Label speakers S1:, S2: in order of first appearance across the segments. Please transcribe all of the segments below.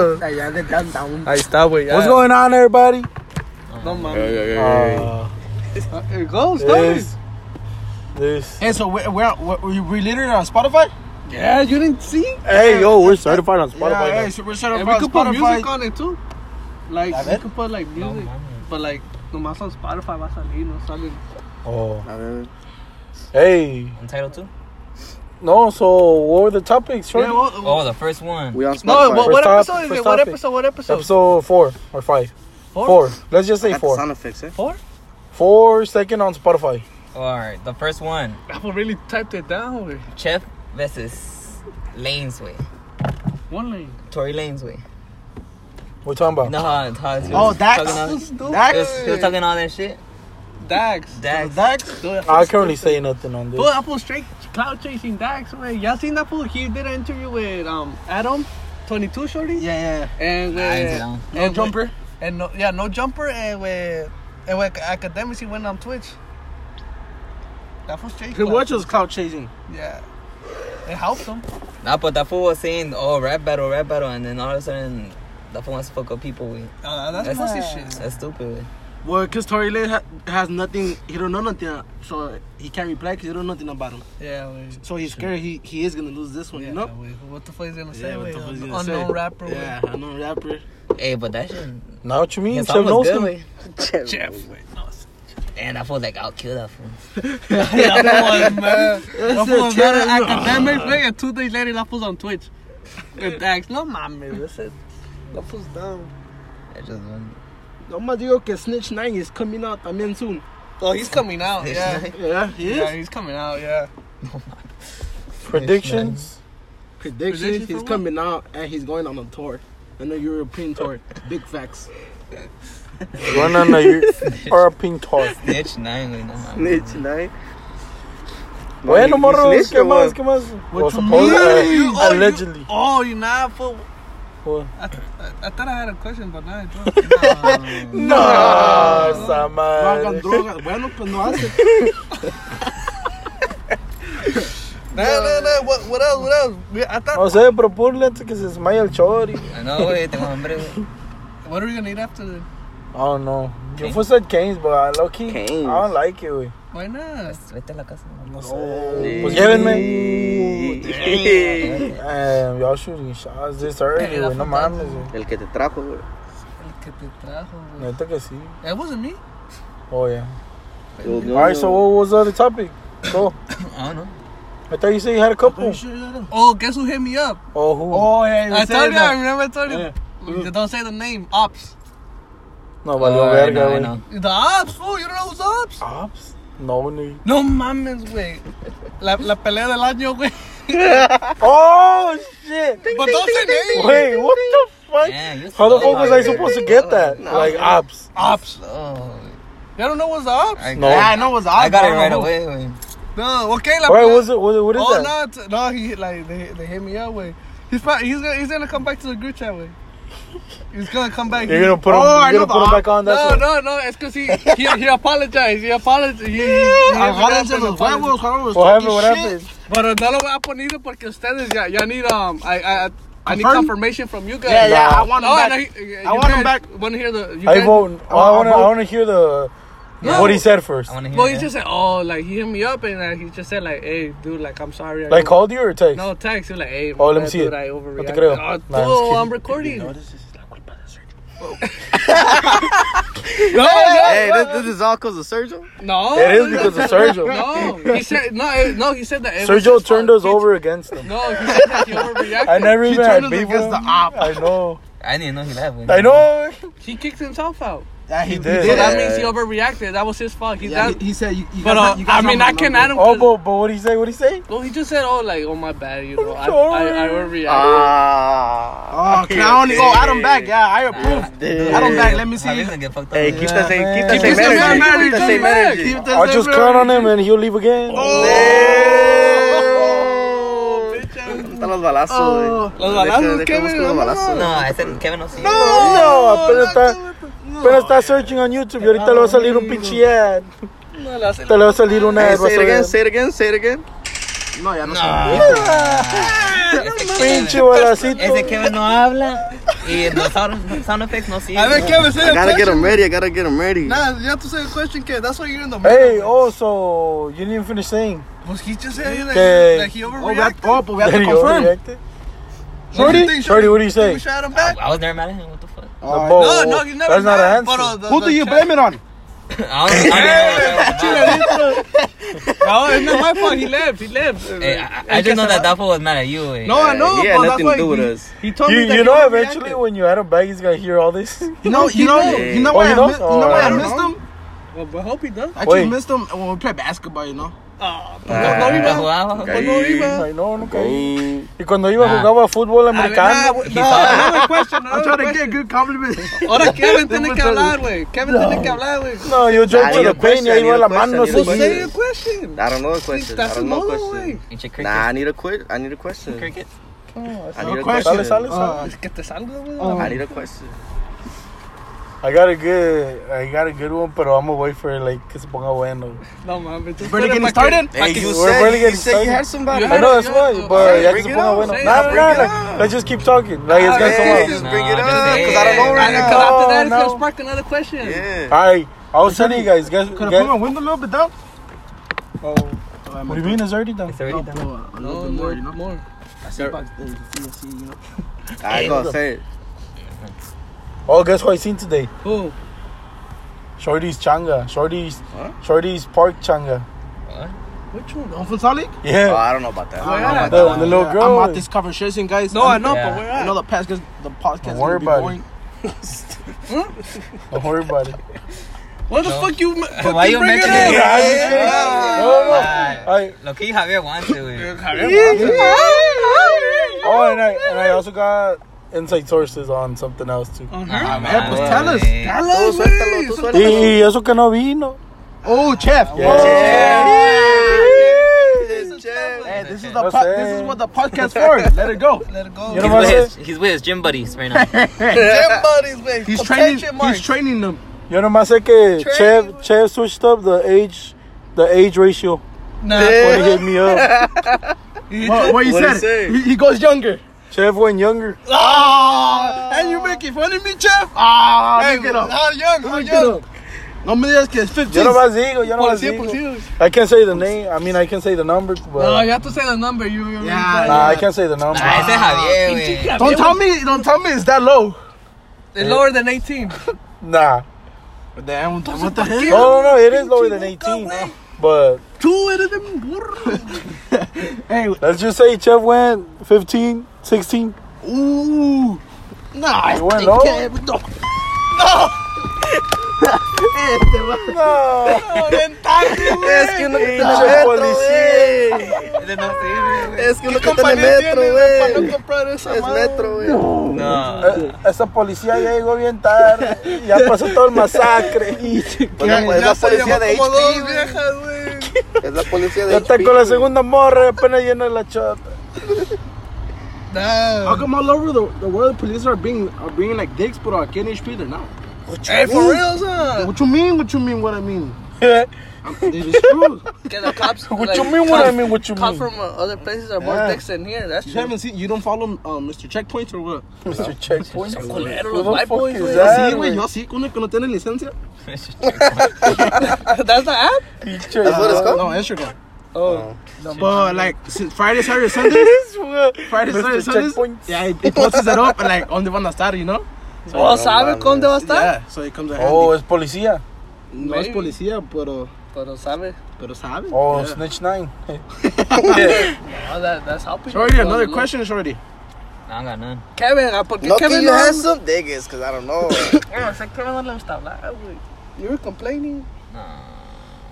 S1: Allá de downtown.
S2: Ahí está, güey. ya.
S3: What's going on, everybody?
S2: No mames.
S4: Ey, ey, ey, ey.
S3: Uh,
S2: It goes,
S3: this, this.
S1: Hey, so we're, we're, we we literally on Spotify?
S2: Yeah, you didn't see?
S3: Hey, yo, we're certified on
S1: yeah,
S3: Spotify.
S1: hey, so we're starting
S2: And we
S1: on
S2: could put Eh, music
S1: Spotify.
S2: on it too. Like,
S3: A
S2: we
S3: ver.
S2: could put like music.
S4: mames.
S2: but like, nomás on Spotify va a salir, no sale.
S3: now. Oh,
S1: A ver.
S3: hey.
S4: Entitled to?
S3: No, so what were the topics? Shorty?
S2: Yeah, what-
S4: Oh, the first one.
S1: We on Spotify.
S2: no, what, what
S3: First top-
S2: episode is
S3: first
S2: it? What
S3: topic.
S2: episode? What episode?
S3: Episode four or five? Four. Let's just say
S1: Got the
S3: four.
S1: sound effects, eh?
S2: Four?
S3: Four second on Spotify.
S4: Alright, the first one.
S2: Apple really typed it down, güey.
S4: Chef versus Lanes way.
S2: One lane.
S4: Tory Lanes way.
S3: We're talking about.
S4: No, how- how he was
S1: Oh, Dax.
S4: talking all- he
S2: Dax.
S4: was- he was talking all that shit.
S2: Dax.
S4: Dax.
S2: Dax. Dude,
S3: I can't really say nothing on
S2: Fool,
S3: this.
S2: Apple straight cloud chasing Dax, way. Y'all seen that fool? He did an interview with um Adam, 22 shorty.
S1: Yeah, yeah, yeah.
S2: And with
S4: I didn't see that one.
S2: no jumper. and no, yeah, no jumper. eh, And with and with academics, he went on Twitch. That fool straight.
S1: He
S2: clout.
S1: watches cloud chasing.
S2: Yeah. It helped him.
S4: Nah, but that fool was saying, oh, rap battle, rap battle, and then all of a sudden, that fool wants to fuck up people. We.
S2: Uh, that's,
S4: That's,
S2: pussy
S4: that's,
S2: shit.
S4: stupid. we.
S1: Well, because Tory Lane ha- has nothing, he don't know nothing, so he can't reply because he don't know nothing about him.
S2: Yeah. Wait.
S1: So he's scared he, he is going to lose this one,
S2: Yeah,
S1: you know?
S2: wait, what the fuck is he gonna say?
S1: Yeah, what
S2: wait,
S1: the fuck is he
S2: un-
S1: gonna say?
S2: unknown rapper. wait.
S1: Yeah, unknown rapper.
S4: Hey, but that shit.
S3: Now what you mean?
S4: Yes,
S3: Chef
S4: I was good,
S3: Nelson?
S4: we.
S2: Jeff. Wait, no.
S4: And I feel like I'll kill that fool.
S2: that fool was mad. That fool was mad
S1: Jeff.
S2: at academics, wait, and two days later, that fool's on Twitch. With Dax, no mames, that's it.
S1: La pues down.
S4: I just won.
S1: Nomás digo que Snitch 9 is coming out también soon.
S2: Oh, he's coming out.
S4: Snitch
S2: Yeah.
S4: Nine.
S1: Yeah, he is.
S2: Yeah, he's coming out. Yeah.
S3: Predictions.
S1: Predictions,
S2: Prediction for
S1: he's
S2: what?
S1: coming out and he's going on a tour. On a European tour. Big facts.
S3: Run on the European tour.
S4: Snitch 9, we. No, mames.
S1: Snitch 9.
S3: Bueno, morros, ¿qué más? ¿Qué más?
S2: What
S3: Well,
S2: you mean?
S3: supposed- uh,
S2: Oh, you-
S3: Allegedly.
S2: Oh, you not for.
S3: What?
S2: I, I, I thought I had a question, but now I don't.
S3: No, esa
S1: No
S3: madre.
S1: hagan drogas. Bueno, pues no hace.
S2: No, no, no. What, what else? What else? We- I thought.
S3: No sé, pero ponle antes que se desmaye el chori.
S4: I know, wey. Tengo hambre, wey.
S2: What are we gonna eat after this?
S3: Oh no. Yo
S4: Canes.
S3: fue said Canes, but I low key.
S1: Canes.
S3: I don't Ah, like it, güey.
S2: Why not?
S4: Vete a la casa. no.
S3: No sé. Pues Eh, llévenme.
S4: Damn.
S3: Damn, y'all shooting shots this early, güey. No mames, güey.
S1: El que te trajo, güey.
S2: El que te trajo, güey.
S3: Neta que sí.
S2: It wasn't me.
S3: Oh, yeah. Alright, so what was the other topic? Go.
S4: I don't know.
S3: I thought you said you had a couple.
S2: Oh, guess who hit me up?
S3: Oh, who?
S1: Oh, yeah, you
S2: I
S1: were
S2: told
S1: saying
S2: you. I
S1: that.
S2: remember I told you.
S1: Yeah.
S2: Don't say the name. Ops.
S3: no,
S4: Oh,
S3: valió
S4: I
S3: verga,
S4: know, I
S3: güey.
S4: know.
S2: The ops. Fool, you don't know who's ops?
S3: Ops? No, ni.
S2: No mames, güey. La, la pelea del año, güey.
S3: Oh, shit.
S2: But don't say names.
S3: Wait, what the fuck?
S4: Yeah, you're
S3: How the
S4: slow,
S3: fuck was I
S4: dude.
S3: supposed to get that? Like, ah, ops.
S2: Ops.
S4: Oh,
S2: You don't know what's up?
S4: I
S3: No.
S4: got
S1: I know what's
S4: I got it
S1: up,
S4: right
S1: bro.
S4: away, wey.
S2: No, okay. La
S3: Alright,
S2: pelea-
S3: what's it? What, what is
S2: oh,
S3: that?
S2: no, it's, no, he like they they hit me up way. He's probably, he's gonna he's gonna come back to the group chat way. He's gonna come back.
S3: You're gonna put him.
S1: Oh, I
S3: you're
S1: know
S3: gonna put him
S1: the-
S3: back on. That's
S2: no,
S3: what-
S2: no, no. It's cause he he, he apologized. He apologized. He, he, he
S1: Agárrense los
S2: apologized.
S1: huevos, huevos.
S3: What happened? What happened?
S2: Pero no lo voy a poner porque ustedes ya ya need um I I I need
S1: Confirm?
S2: confirmation from you guys.
S1: Yeah, yeah, I want him
S2: No,
S1: back.
S2: no, he-
S1: I want him
S2: guys Wanna hear the? You
S3: I
S2: guys-
S3: vote.
S1: I
S3: I want to. I
S1: vote.
S3: want to hear the
S2: No.
S3: what he said first.
S4: I want to hear
S2: Well, he
S4: that.
S2: just said, oh, like he hit me up and uh, he just said like, hey, dude, like I'm sorry. I
S3: Like
S2: don't-
S3: called you or text?
S2: No, text. You're like, hey,
S3: Oh,
S2: my
S3: let me
S2: bad,
S3: see
S2: dude,
S3: it.
S2: I
S3: No te
S2: overreacted.
S3: creo.
S2: Oh,
S3: No, I'm
S2: dude,
S3: just
S2: I'm
S3: kidding.
S2: recording. No, no,
S1: Hey,
S2: no,
S1: this, this is all because of Sergio?
S2: no.
S3: It is because of Sergio.
S2: No, he said no. it- No, he said that. it was
S3: Sergio
S2: his
S3: turned
S2: fault.
S3: us over against him.
S2: No, he said that he overreacted.
S3: I never even
S1: turned
S3: had
S1: us
S3: beef with
S1: against
S3: him.
S1: the op.
S3: I know.
S4: I didn't know he left. When
S3: I know.
S2: He kicked himself out.
S1: Yeah,
S3: He did.
S2: So
S3: Yeah.
S2: that
S1: tá
S2: means he overreacted. That was his fault. He
S1: Yeah,
S2: done-
S1: he, he said you, you
S2: But
S1: guys-
S2: uh,
S1: you guys
S2: I mean,
S1: have
S2: I
S1: my
S2: can
S1: number.
S2: add him.
S3: Oh,
S2: 'cause-
S3: but but what he say? What he say?
S2: Well, he just said, oh, like, oh, my bad, you know, I, I,
S3: sorry.
S2: I overreacted.
S3: Ah.
S1: Oh, clown. Oh, Adam back. Yeah, I approve.
S4: Dude,
S1: I don't back, let me see.
S4: Javi's gonna get fucked up.
S5: Hey, keep the same, keep
S3: man.
S5: the
S3: Keep
S5: same
S2: the same energy,
S5: energy. Keep the same
S2: come back.
S5: energy.
S1: Keep the
S3: I'll just
S1: same
S3: clown on him and he'll leave again.
S5: Están los
S1: Ah,
S5: balazos, güey.
S2: Los balazos,
S5: Deja-
S2: ¿qué,
S5: deja, busco
S2: güey?
S5: los balazos.
S4: No, I said Kevin O'Sea.
S3: No, apenas está, apenas está searching on YouTube. Y ahorita le va a salir un pinche ad.
S2: No, la hace-
S3: Te le va a salir una
S5: Hey,
S3: ad. vas
S5: say
S3: a
S5: it again,
S3: ver.
S5: say it again, say it again.
S1: No, ya no.
S4: No.
S3: Pinche balacito.
S4: Ese Kevin no habla. Y no sound, sound effects, no sí.
S2: A ver, Kevin, say
S5: I
S2: the
S5: gotta get
S2: question.
S5: him ready. I gotta get him ready.
S2: Nah, you have to say the question, Kev. That's why you're in the middle.
S3: Hey, oh, so you didn't finish saying.
S2: Was he just saying that,
S3: Okay.
S2: that he
S1: Oh, we have,
S2: overreacted?
S1: oh, but we have
S3: There
S1: to
S3: you
S1: confirm.
S2: What
S3: overreacted?
S2: do you
S3: Shorty?
S2: think,
S3: Shorty, what do you
S2: Think
S3: say?
S2: We shot him
S4: I,
S2: back?
S4: I was never mad at him. What the fuck?
S1: All
S3: Bo-
S2: No, no, you never
S3: That's not
S2: mad,
S3: an
S2: but, uh,
S3: answer.
S2: the-
S1: Who
S2: the
S1: do you
S2: chat-
S1: blame it on?
S4: I don't, I don't know.
S2: No, it's not my fault. He left. He left.
S4: Hey, I, I just know that Daffo was mad at you. eh.
S1: No, I know.
S5: he had
S1: but
S5: Eh, nothing
S1: that's
S5: to do
S1: why
S5: with
S1: he,
S5: us.
S1: He
S2: uh,
S1: told
S3: You,
S1: me that
S3: you know,
S1: he
S3: eventually when you're out of bag, he's gonna hear all this.
S1: You know, you know,
S5: knows.
S1: you know
S5: Oh,
S1: why
S3: he
S1: I,
S3: knows?
S1: mi- you know why
S3: Alright.
S1: I missed him.
S2: Well, but hope he does.
S1: I
S3: Wait.
S1: just missed him when we played basketball. You know.
S4: Ah,
S2: no,
S4: nunca
S2: iba.
S4: jugaba.
S5: Okay.
S2: no iba.
S3: Ay, no, nunca. Y cuando iba
S4: Ah.
S3: jugaba fútbol
S2: A ver, nah,
S3: americano.
S2: we- nah, another question.
S1: I'm
S2: Another
S1: trying to
S2: question.
S1: get good compliment.
S2: Ahora Kevin tiene que hablar, güey. Kevin tiene que hablar, güey.
S3: No, yo
S5: Ah,
S3: drove to
S5: need
S3: the pain
S5: a
S3: y
S5: question,
S3: ahí
S5: need
S3: va
S5: a
S3: la
S5: question,
S3: mano
S5: need a
S2: Pues say
S3: seguida.
S2: your
S5: question.
S2: question.
S5: I don't know a
S2: Think
S5: question. I
S2: That's
S5: don't know a
S2: another
S5: question.
S2: way.
S4: Eat your
S5: Nah, I
S4: cricket.
S5: need a quit. I need a question.
S4: Cricket.
S5: I need a
S1: question.
S3: Sale, sale,
S1: Uh,
S5: question.
S1: oh.
S3: sale.
S2: Es que te salga, güey.
S5: I need a question.
S3: I got a good, I got a good one, pero I'm gonna wait for it, like, que se ponga bueno.
S2: No mames. tú
S1: Ready
S2: fueras
S1: getting
S2: pa' que-
S1: started?
S5: Hey,
S3: can-
S5: you
S3: we're
S5: said,
S3: barely
S5: you
S3: getting
S5: said you
S3: started.
S5: had somebody.
S3: I know that's why, but
S5: Say
S3: ya
S5: it,
S3: que se
S5: bring it
S3: ponga
S5: up,
S3: bueno.
S2: say it,
S3: Nah,
S5: bring
S3: nah,
S5: it
S3: like,
S5: up.
S3: let's just keep talking. Like, it's gonna
S5: Hey,
S3: come out.
S5: just bring it
S4: Nah,
S5: up,
S4: just say
S5: 'cause I don't know
S4: it.
S5: right
S2: And
S5: now.
S2: then, cause after that, it's
S3: No,
S2: gonna
S3: no.
S2: spark another question.
S5: Yeah.
S3: Alright, I was telling you guys, guys,
S1: Could I put my
S3: guys.
S1: window a little bit down?
S3: Oh, What do you mean? It's already done.
S4: It's already
S1: No,
S4: done.
S1: blow a- a little
S2: No,
S1: bit more, you know.
S2: more.
S1: I see back there, you see, you see, you know.
S5: I gonna say it.
S3: Oh, guess what I seen today?
S2: Who?
S3: Shorty's changa. Shorty's,
S5: Huh?
S3: Shorty's park changa.
S2: Which one?
S1: Uncle Salik?
S5: Oh,
S3: Yeah.
S5: I don't know about
S1: I
S5: that.
S1: don't know
S2: yeah.
S1: about
S3: The-
S1: that.
S3: the little girl
S1: I'm at
S3: is-
S1: this conversation, guys.
S2: No, I know,
S4: Yeah.
S2: but where
S1: I
S2: at?
S1: know the podcast, the podcast
S3: Don't
S1: is
S3: worry
S1: gonna be
S3: about it.
S1: boring.
S3: Don't worry about it.
S2: What the fuck you?
S4: Why you
S2: bring it
S4: mentioning
S2: up?
S4: it?
S3: Yeah, I'm just kidding. No, no.
S4: Ah,
S3: I,
S4: Lo que Javier wants it, güey.
S3: oh, and I, and I also got inside sources on something else too.
S2: On her?
S4: Nah,
S1: Man, pues
S4: man,
S1: tell us.
S4: güey.
S1: Tell
S5: Tú
S1: us,
S5: suéltalo, tú
S3: Y,
S1: güey.
S5: suéltalo.
S3: y eso que no vino.
S1: Oh, chef.
S5: Yes, Jeff.
S1: Hey, this is
S3: No
S1: the po-
S3: sé.
S1: this is what the podcast for. Let it go.
S2: Let it go.
S3: You know what
S4: He's
S3: I'm
S4: with,
S3: saying?
S4: his, he's with his gym buddies right now.
S2: Them buddies, babe.
S1: He's
S2: Attention
S1: training.
S2: mark.
S1: He's training them.
S3: Yo nomás sé que
S2: Trey,
S3: Chev,
S2: güey.
S3: Chev switched up the age, the age ratio
S2: Nah.
S3: when he hit me up.
S1: What, what you
S5: What'd he
S1: said?
S5: say?
S1: He, he goes younger.
S3: Chev went younger.
S1: Ah, and you making fun of me, Chef? Ah,
S2: Hey,
S1: look it up.
S2: How young? How
S1: Look it
S2: young?
S1: up. No me digas que es 15.
S3: Yo nomás digo, yo nomás
S2: Policía,
S3: digo.
S2: policía.
S3: I can't say the name. I mean, I can say the number,
S2: No, you
S3: but
S2: have to say the number. You. you
S1: Yeah.
S3: nah, I can't say the number.
S4: Ah, ese es Javier, güey.
S1: Don't tell me, don't tell me it's that low.
S2: It's lower than 18.
S3: Nah.
S1: Damn, what
S3: No,
S1: the hell?
S3: no, no. It is lower than 18, but
S2: Two of them. burro.
S1: Hey,
S3: let's just say Chev went 15, 16.
S1: ooh. Nah,
S3: You went
S1: este
S3: low?
S1: que- No. Este va.
S3: No.
S5: Es que uno que está en
S3: Pinche
S1: eh.
S5: el metro,
S3: policía.
S5: güey.
S4: Ese no sirve, güey.
S5: Es que uno que está en el metro, güey. Es metro, güey.
S4: No.
S3: Eh, Esa policía ya llegó bien tarde. Ya pasó todo el masacre.
S5: Pues la- Es la policía de
S2: como dos
S5: HP, güey.
S2: viejas, güey.
S5: Es la policía de
S3: Ya está
S5: HP.
S3: con la segunda morra. Apenas llena la chota.
S1: How
S2: Nah.
S1: come all over the, the world police are being are being like dicks, but are getting HP? They're not.
S2: Hey, Eh, for real, son.
S1: What you mean? What you mean? What I mean?
S3: Eh,
S1: I'm, it is true.
S2: Get the cops.
S3: What you mean? What I mean? What you
S2: Cops
S3: mean?
S2: from uh, other places are more
S3: Yeah.
S2: dicks than here. That's
S1: you
S2: true.
S1: haven't seen. You don't follow um, Mr. Checkpoints or what?
S3: Mr. Checkpoint. Who
S2: Culeros,
S3: the
S2: white
S3: fuck
S2: boys,
S3: is
S2: güey.
S1: Sí,
S3: that?
S1: güey.
S3: güey?
S1: Yo sí, uno que no tiene licencia.
S2: That's the app.
S3: Pinche-
S5: That's what it's called?
S1: No, Instagram.
S2: Oh,
S1: But like since Friday, Saturday, Sunday,
S3: This one.
S1: Friday, Saturday,
S3: Mr.
S1: Sunday,
S3: Checkpoint.
S1: yeah, it, it posts it up and like on the one that started, you know.
S2: oh, sabe
S5: mames.
S2: dónde va a estar?
S1: Yeah, so it comes at handy.
S3: Oh, es policía.
S1: no es
S2: maybe.
S1: policía, pero
S2: Pero sabe.
S1: pero sabe.
S3: Oh,
S1: yeah.
S3: Snitch 9.
S2: Oh, that, that's how people.
S1: Shorty,
S2: feel,
S1: another
S2: look.
S1: question, Shorty.
S4: No, I got none.
S2: Kevin, ah, ¿por qué
S5: No que
S2: Kevin
S5: yo
S2: no?
S5: have some niggas, cause I don't know.
S2: Ah, o sea, Kevin no le gusta hablar, güey. You were complaining.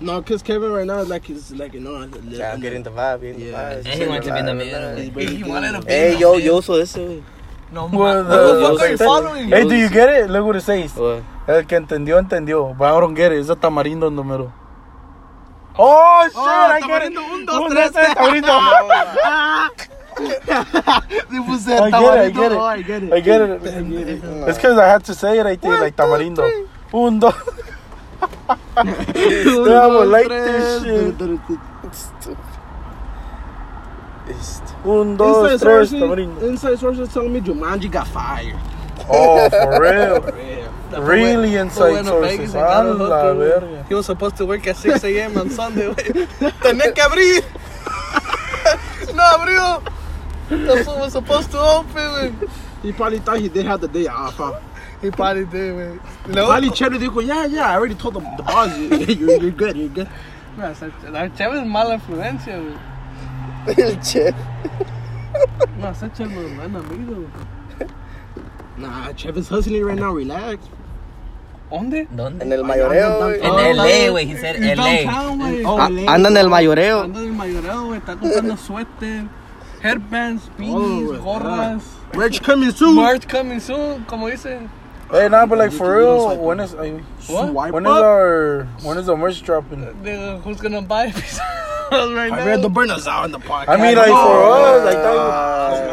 S1: No, cause Kevin right now is like he's like you know. I'm
S5: Yeah, I'm getting the vibe, getting the
S1: Yeah.
S5: vibe.
S1: And
S4: he wanted to be in the middle.
S1: he's
S2: He
S1: breaking
S2: wanted to
S1: down.
S2: be-
S5: Hey, yo, yo uso ese, güey.
S2: No,
S3: Well,
S2: ma- what the
S3: uh,
S2: fuck are you
S3: ten-
S2: following?
S3: Hey, do you get it? Look what it says.
S5: What?
S3: El que entendió, entendió. But I don't get it. It's a tamarindo número. Oh, shit, I get it.
S1: tamarindo, un, dos,
S3: Un,
S1: tres.
S3: dos, tres, tamarindo.
S1: It was
S3: I get
S1: that
S3: it, I
S1: tamarindo.
S3: get it.
S1: Oh, I get it.
S3: I get it. It's because I had to say it, I think, like tamarindo. Un, dos.
S1: Uno,
S3: Yeah, I
S1: dos,
S3: would like
S1: tres.
S3: this Un, dos,
S1: Inside
S3: tres,
S1: sources,
S3: tamarindo.
S1: inside sources telling me Jumanji got fired.
S3: Oh, for real.
S2: Yeah.
S3: Really
S2: Fue
S3: inside
S2: bueno, Vegas,
S3: sources.
S2: I got
S3: A
S2: a
S3: la
S2: hooker, güey.
S3: verga.
S2: He was supposed to work at 6 a.m. on Sunday, güey. Tenía que abrir. no abrió. That's what was supposed to open, güey.
S1: He probably thought he did have the day off. Huh?
S2: He probably did, güey.
S1: Probably
S2: Luego,
S1: Cherry dijo, yeah, yeah, I already told the, the boss, you, you're, you're good, you're good.
S2: No, o sea, la chava es mala influencia, güey.
S5: El chef.
S2: No, esa chava es buen amigo, güey.
S1: Nah, Trevor's hustling right now, relax.
S2: ¿Dónde?
S4: ¿Dónde?
S5: En el mayoreo, güey.
S4: En LA, güey. He said LA.
S2: Downtown, güey.
S1: Oh,
S5: A- Anda Ah, en el mayoreo.
S2: Anda del mayoreo, güey. Está comprando suéter, headbands,
S1: Todo,
S2: beanies,
S1: güey.
S2: gorras.
S1: Merch coming soon.
S2: March coming soon, como dicen.
S3: Hey, nah, but like for
S1: You know,
S3: real,
S1: swipe
S3: when is ay,
S2: What? uh,
S1: Swipe
S3: when is
S1: up.
S3: our when is the merch dropping?
S2: Nigga, who's gonna buy a piece of those right
S1: I
S2: now?
S1: read the burners out in the podcast.
S3: I mean, like for
S5: Oh,
S3: us, like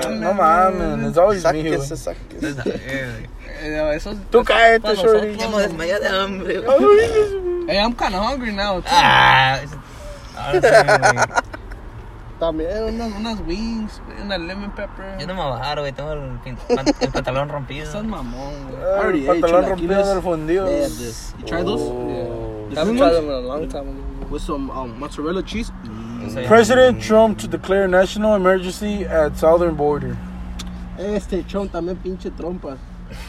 S3: that.
S5: man.
S3: No man, it's always me. güey.
S5: Sáquese, sáquese.
S2: Eh, no, eso es-
S3: Tú cállate,
S2: Para
S3: shorty.
S2: nosotros.
S4: Ya me desmayé de hambre, güey.
S2: Hey, I'm kinda hungry now. too.
S4: Ah, es- ahora sí, güey.
S5: También.
S2: Unas, unas wings, una lemon pepper.
S4: Yo no me voy a bajar, güey. Tengo el, pin- pan- el pantalón rompido.
S2: Estás mamón, güey.
S3: Ah,
S1: Already
S3: El
S1: ate
S3: pantalón
S1: chilaquiles.
S3: rompido en el fundido.
S1: They had this. You try those?
S3: Oh.
S2: I haven't tried them in a long time.
S1: With some um, mozzarella cheese? Mm.
S4: Soy-
S3: President Trump to declare national emergency at southern border.
S1: Este chon también pinche trompa.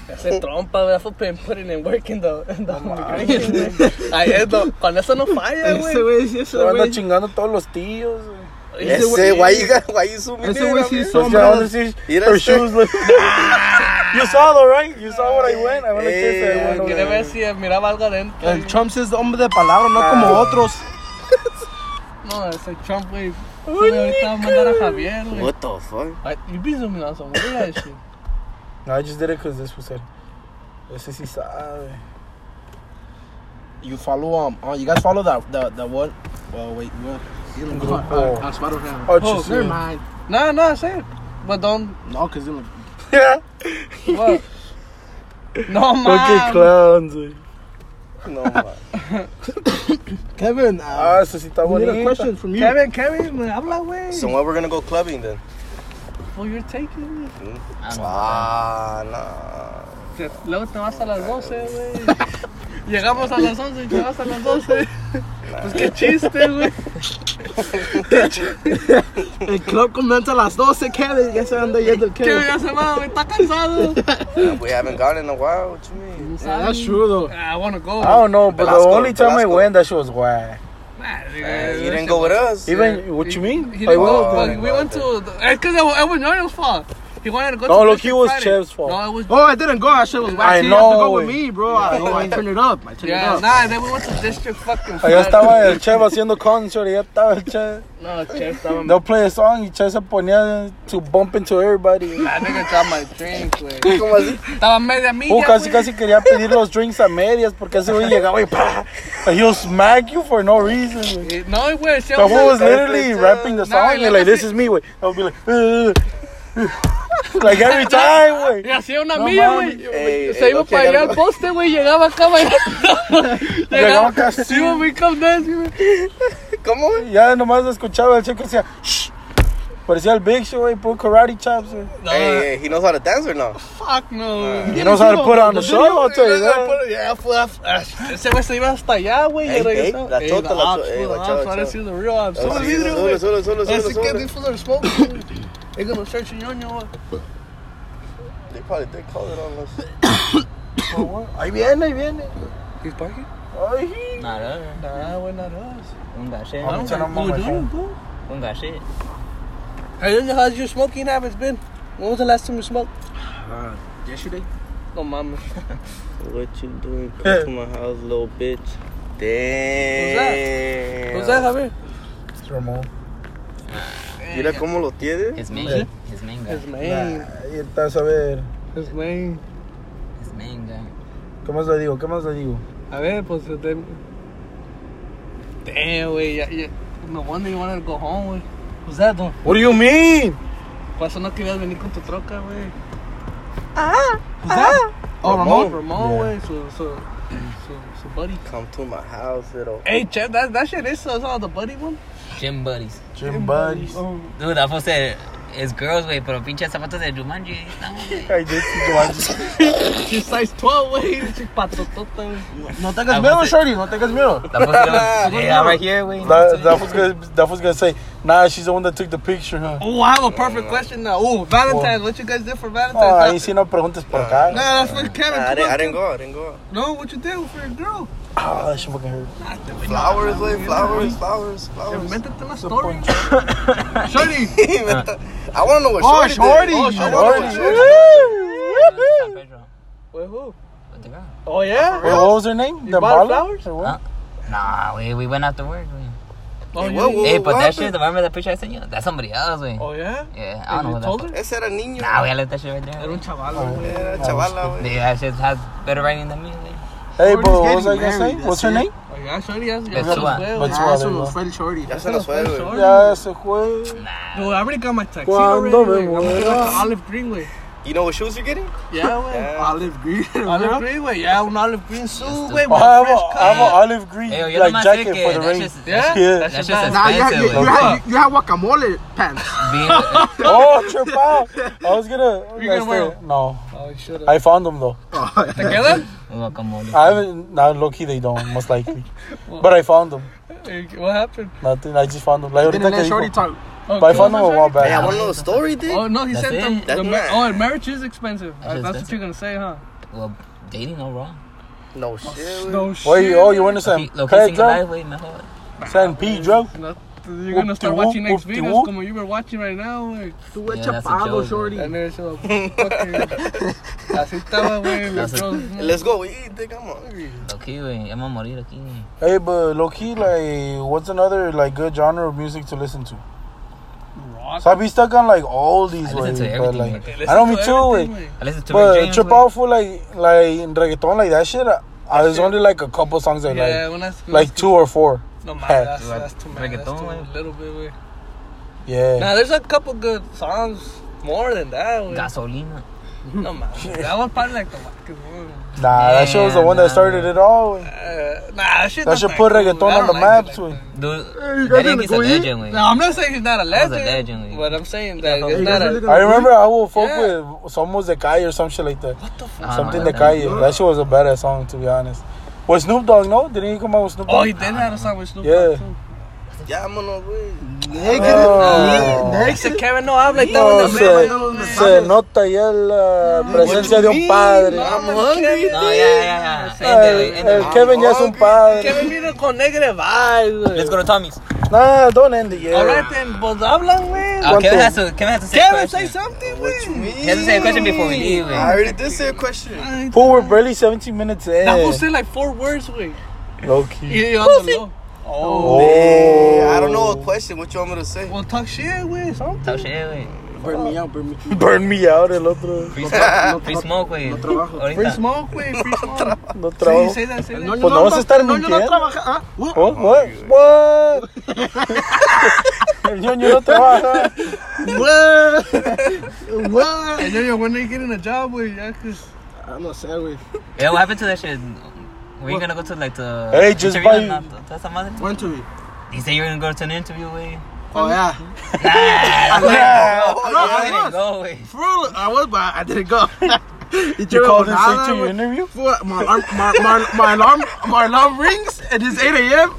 S2: Ese trompa, güey. I've been putting in work in the, in the immigration, güey. Ay, es lo- con eso no falla,
S1: Ese
S2: güey.
S1: güey, sí,
S3: Se
S1: ese
S3: van a
S1: güey.
S3: chingando todos los tíos. güey.
S5: Ese guay, guay, su
S1: Ese güey
S5: ¿eh?
S1: sí es
S3: Those guys,
S1: sombra.
S3: see,
S5: Mira
S3: her
S5: este.
S3: shoes look. You saw though, right? You saw what I went. I went like this.
S5: Eh,
S3: I went over
S2: Quiere
S3: there.
S2: ver si miraba algo adentro.
S1: El Trump sí es hombre de palabra, no como otros.
S2: No, ese Trump, güey. Ese güey Ahorita va a mandar a Javier, güey.
S5: What the fuck?
S2: Ay, You be zooming out some weird ass shit.
S3: No, I just did it because this was it. Ese sí sabe.
S1: You follow um, uh, you guys follow that the the one. Well, wait, what? Elon
S3: Group
S1: Musk,
S3: O.
S1: uh, on Spotify.
S3: Oh,
S1: oh
S3: just-
S1: never mind.
S2: No, no, that's it. But don't.
S1: No, cause Elon.
S3: Yeah.
S2: What? No,
S3: Fucking
S2: man.
S3: clowns. güey.
S5: No, man.
S1: Kevin,
S3: Ah,
S1: uh,
S3: eso sí está
S1: we need a
S3: bonito.
S1: question from you.
S2: Kevin, Kevin, me habla, güey.
S5: So when we're gonna go clubbing then?
S2: Well, you're taking me.
S5: Ah, nah.
S2: Te- Luego te vas a las 12, güey. Llegamos a las 11 y te vas a las 12. Pues qué chiste, güey.
S1: El club comienza a las 12, Kevin. Ya se anda yendo el
S2: Kevin
S1: Kevin.
S2: ya se va, güey. Está cansado.
S5: Ah, We haven't gone in a while. What you mean?
S1: Yeah, that's true though.
S2: I wanna Ah, go.
S3: I don't know, but
S5: Velasco,
S3: the only time I
S5: Velasco.
S3: went, that shit was whack.
S2: Nah,
S3: Ah,
S5: Uh,
S2: nigga,
S5: you didn't go with us.
S3: Even what you mean?
S2: He
S3: I
S2: didn't
S3: went.
S2: go,
S5: Oh,
S2: but
S5: I
S2: we
S5: know
S2: went to. The, it's because it, wa- it was Jordan's fault. He wanted to go
S3: No,
S2: to.
S3: look,
S2: Mission
S3: he was
S2: Friday.
S3: Chev's fault.
S2: No, it was.
S1: Oh, I didn't go. I shit was
S3: I
S1: waxy. You have to
S3: know,
S1: go with
S3: güey.
S1: me, bro. I, oh, I turned it up. I turned
S2: Yeah,
S1: it up.
S2: nah, then we went to District fucking
S3: Allá
S2: Friday.
S3: Oh, estaba el Chev haciendo concert, allá estaba el Chev.
S2: No, Chev estaba.
S3: They'll play a song y Chev se ponía to bump into everybody.
S2: That nigga dropped my drink, güey.
S5: ¿Cómo así?
S2: Estaba media milla.
S3: Oh, casi
S2: güey.
S3: casi quería pedir los drinks a medias porque ese güey llegaba y pa, like, he'll smack you for no reason. güey.
S2: Eh, No, güey.
S3: The fool was
S2: Chev-
S3: literally rapping the
S2: Nah,
S3: song and like, this is me, güey. I'll be like, "Ugh." like every time,
S2: Y
S3: güey.
S2: hacía una
S3: No
S2: milla,
S3: mames.
S2: güey.
S5: Ey,
S2: Se iba
S5: ey, Eh, no
S2: para allá
S5: llegaron.
S2: al poste, güey. Llegaba acá bailando.
S3: Llegaba casi.
S2: Sí, güey, we come dance, güey.
S5: ¿Cómo? güey?
S3: Ya nomás escuchaba el chico decía, shh. Parecía el Big Show, güey, puro karate chops, güey.
S2: No,
S5: Hey, hey, Eh, he knows how to dance or no?
S2: fuck no, güey.
S3: He knows how to put on the show, I'll tell you that.
S2: Ya fue a- Ah, Ese güey se iba hasta allá, güey.
S5: Ey,
S2: Y regresaba.
S5: ey, la
S2: Ey,
S5: chota, la
S2: ops,
S5: chota,
S2: güey,
S5: ey, la
S2: la
S5: chota,
S2: ops, ah, Ahora
S5: chota.
S2: sí es the real ops. Sube el vidrio, güey.
S5: Sube, sube, sube, sube,
S2: Así que
S5: sube.
S2: difuso el smoke, güey. They're gonna search your ñoño, güey.
S5: They probably did call it on us.
S3: Ahí viene, ahí viene.
S2: He's barking?
S3: Ay,
S4: Nada,
S2: Nah, we're not us.
S4: un gaché.
S3: Ah, turn on my
S2: We're doing
S3: phone.
S2: good.
S4: Un gaché.
S2: Hey, Linda, how's your smoking habits been? When was the last time you smoked?
S1: Uh, yesterday.
S2: No mames.
S5: What you doing? Come to my house, little bitch. Damn.
S2: What's that, Javier?
S3: It's Ramon.
S5: Mira cómo lo tiene.
S4: Es manga. Es manga.
S2: His main.
S3: Ahí estás a ver.
S2: His main.
S4: Es manga.
S3: ¿Qué más le digo? ¿Qué más le digo?
S2: A ver, pues. de- Damn, güey. ya- ya- No wonder you wanted to go home, güey. What's that, though?
S3: What do you mean?
S2: Por eso no querías venir con tu troca, güey.
S1: Who's that? Oh, Ramon.
S2: Ramón,
S3: Yeah.
S2: güey. Su, su, su, su buddy.
S5: Come to my house, little.
S2: Hey, Chad, that, that shit is so, so the uh, buddy one.
S4: Gym buddies.
S3: Gym buddies.
S4: Dude, that fool said es girls, güey, pero pinches zapatos de Jumanji. No, güey.
S3: I did see Jumanji.
S2: She's size 12, güey. She's patotota, güey.
S1: No
S4: I
S1: tengas miedo,
S4: was-
S1: Shorty, no tengas miedo.
S4: That was good. Yeah, right here, güey.
S3: That, that, was gonna, that was gonna say, nah, she's the one that took the picture, huh?
S2: Oh, I have a perfect question now. Oh, Valentine's. What you guys did for Valentine's?
S3: Oh, ahí sí no preguntes por
S2: Nah,
S3: acá.
S2: that's for Kevin.
S5: I
S2: Come
S5: didn't,
S2: on,
S5: I didn't
S2: Kevin.
S5: go. I didn't go.
S2: No, what you did for your girl?
S3: Oh, that shit fucking hurt.
S5: Flowers, güey. Flowers, flowers, flowers.
S2: Inventate la story. Shorty.
S5: I want to know what
S1: Oh,
S5: Shorty,
S1: Shorty.
S5: did.
S1: Oh,
S5: I
S3: Shorty.
S5: Shorty.
S4: San Pedro.
S2: Wait, who?
S4: What the girl?
S2: Oh, yeah?
S3: Wait, what was her name?
S2: You
S3: The
S2: bought her
S3: Bala?
S2: flowers?
S3: Or what?
S4: Huh? Nah, we, we went after work, güey.
S2: Oh,
S5: Hey,
S2: you-
S5: what- what-
S4: Hey, but that
S5: happened?
S4: shit, remember that picture I sent you? That's somebody else, güey.
S2: Oh, yeah?
S4: Yeah, I don't
S2: you
S4: know
S2: told
S4: what that
S2: her?
S5: Ese era niño.
S4: Nah, we I left that shit right there.
S2: Era un
S4: güey.
S2: chaval, güey.
S5: Era chavala, güey.
S4: Dude, that shit has better writing than me, güey.
S3: Hey,
S1: Shorty's
S3: bro, what was I
S1: getting
S3: gonna say?
S1: married,
S3: What's her
S1: that's
S3: name?
S2: Oh, yeah, Shorty. Ya, ya se
S4: That's
S2: los
S4: what-
S2: fue, güey.
S3: that's-
S1: Ah, eso
S3: Suave,
S1: nos
S3: ¿no?
S1: fue el Shorty.
S5: Ya se los fue, güey.
S3: Ya se fue.
S2: Dude, I already got my taxi
S3: Cuando
S2: already,
S3: me
S2: güey. I'm gonna go
S3: muera.
S2: to Olive Green, güey.
S5: You know what shoes you're getting?
S2: Yeah, güey.
S5: Yeah.
S1: Olive Green.
S2: Olive Green, güey. Yeah, un Olive Green suit, güey.
S3: Oh,
S2: with
S3: I
S2: a
S3: have,
S2: fresh
S3: a,
S2: cut.
S3: I have an olive green
S4: Hey, yo, yo
S3: like
S4: nomás sé
S3: jacket
S4: que
S3: for the
S4: that
S3: rain.
S4: shit's-
S2: Yeah?
S3: Yeah.
S4: That's just
S2: Nah,
S1: Nah, you have, you,
S4: expensive,
S1: you,
S4: güey.
S1: have, you have guacamole pants.
S4: Being-
S3: Oh, trip out. I was gonna.
S2: You gonna wear
S3: I said- No,
S2: Oh, shit.
S3: I found them though.
S2: ¿Te quedan?
S4: Guacamole.
S3: I haven't. Now, low key, they don't most likely. but I found them.
S2: Hey, Eh, What happened?
S3: Nothing. I just found them. Like,
S1: Didn't
S3: ahorita que
S1: let Shorty
S3: dijo,
S1: talk.
S2: Oh,
S3: but I
S2: ¿qué
S3: found them
S2: vas
S3: a
S2: a
S3: while
S2: hacer?
S5: Hey, I
S3: back.
S5: want to know the story, dude.
S2: Oh, no, he
S4: That's
S2: said
S4: it.
S2: them.
S5: That's
S2: the mar-
S5: mad.
S2: oh, and marriage is expensive. Uh,
S4: That's
S2: That's, what you're gonna say, huh?
S4: Well, dating no wrong.
S5: No shit, güey.
S2: No shit.
S3: Wait, oh, you want to
S4: Lo que-
S3: send
S4: Lo que
S3: Pedro?
S4: single life, güey, mejor.
S3: Send Pedro?
S2: No, You're gonna start
S3: Whoop-de-whoop,
S2: watching next videos
S3: whoop-de-whoop.
S2: como you were watching right now, güey.
S1: Tú
S4: Yeah,
S1: echa
S4: that's a
S1: pavo,
S4: joke,
S1: Shorty.
S2: That nigga show Así estaba, güey. los
S4: That's a-
S2: girls, ¿no?
S5: Let's go. Eat, think I'm hungry.
S4: Lo que, güey, ya me voy a morir aquí, güey.
S3: Hey, but low key, like, what's another like good genre of music to listen to?
S2: Rock.
S3: So I be stuck on like all these
S4: I listen
S3: ways,
S4: to
S3: but
S4: everything,
S3: like,
S4: güey.
S2: Listen
S3: I don't
S2: to
S3: mean too,
S2: everything,
S3: wait.
S2: güey.
S4: I listen to Rick
S3: But
S4: James,
S3: trip
S4: güey.
S3: out for like like reggaeton like that shit. I, there's only like a couple songs that like
S2: Yeah, when I
S3: like two or four.
S2: No, man,
S3: Yeah.
S2: that's, that's too mad. That's too
S4: Reggaeton, güey.
S2: little bit, güey. Now,
S3: Yeah.
S2: there's a couple good songs more than that, güey.
S4: Gasolina.
S2: No, man. That was probably like the wackest one.
S3: Nah, that shit was the one that
S4: Yeah,
S3: started it all.
S2: Uh,
S3: wey.
S2: nah, that shit
S3: That
S2: not
S3: should
S2: that
S3: put
S2: cool.
S3: reggaeton
S2: I don't
S3: on the
S2: like it
S3: maps,
S2: like
S3: güey.
S2: that.
S4: Dude,
S1: you
S4: that
S1: guys
S4: nigga's
S1: gonna
S4: a
S1: go eat?
S4: legend, güey.
S2: No, I'm not saying he's not a
S4: That was
S2: legend.
S4: a legend, güey.
S2: But I'm saying that
S4: Yeah,
S2: it's
S4: but-
S2: not
S1: Yeah,
S2: a.
S1: but-
S3: I remember I will fuck
S2: Yeah.
S3: with Somos de Calle or some shit like that.
S2: What the fuck?
S4: Nah,
S3: Something
S4: nah,
S3: de
S4: nah.
S3: Calle. That shit was a badass song to be honest. With Snoop Dogg, no? Didn't he come out with Snoop
S2: Oh,
S3: Dogg?
S2: he did have a song with Snoop
S3: Yeah.
S2: Dogg too.
S5: Ya, mono, güey.
S3: Oh.
S2: Ese Kevin no habla y
S3: No,
S2: estaba en la
S3: Oh, se,
S2: mesa.
S3: se nota ya la presencia de un padre.
S5: I'm
S2: man,
S5: hungry.
S4: No, ya, ya, ya.
S3: Ay,
S4: Éndele,
S3: el
S4: éndele.
S3: Kevin ya es un padre.
S2: Kevin vino con negre vibes, güey.
S4: Let's go to Tommy's.
S3: Nah, don't end it
S2: All
S3: yet.
S2: right then, pues hablan, güey.
S4: Uh,
S3: One
S4: Kevin
S3: thing.
S4: has to, Kevin has to say a
S2: Kevin,
S4: question.
S2: say something, güey.
S5: What you mean?
S4: He has to say a question before we leave,
S5: I
S4: güey.
S5: already did say a question.
S3: Fool, we're barely 17 minutes
S2: That fool
S3: in.
S2: said like four words, güey.
S3: Low key.
S2: Yeah, on the low.
S3: Oh.
S5: Hey, I don't know a question. What you want me to say?
S2: Well, talk shit, güey. Something.
S4: Talk shit, güey.
S1: Burn me out, burn me out.
S3: Burn me out el otro.
S4: Free smoke,
S1: no,
S4: free
S1: no,
S4: smoke, güey.
S1: no trabajo.
S4: Ahorita.
S2: Free smoke, güey. Free smoke.
S3: No
S2: Sí,
S3: trabajo.
S2: say that, say that.
S3: Pues no vas a estar mintiendo.
S1: No, yo no trabaja. ¿ah? Uh,
S3: Oh, what? What? El ñoño no trabaja.
S1: what? What?
S2: And then, yo, when are you getting a job, güey? Yeah, cause.
S1: Ah, No sé, güey.
S4: Yeah, what happened to that shit? Were you gonna go to like the
S3: Hey, just
S4: interview
S3: buy-
S4: or not? Toda esa madre?
S1: One to me.
S4: You say you're gonna go to an interview, güey. Ah,
S1: Oh, yeah.
S4: Nah,
S1: No,
S4: I
S1: I
S4: didn't
S1: was.
S4: go, güey.
S1: For real, I was, but I didn't go.
S3: You called in sick to your interview?
S1: Fool, my alarm, my, my, my alarm, my alarm rings and it's 8 a.m.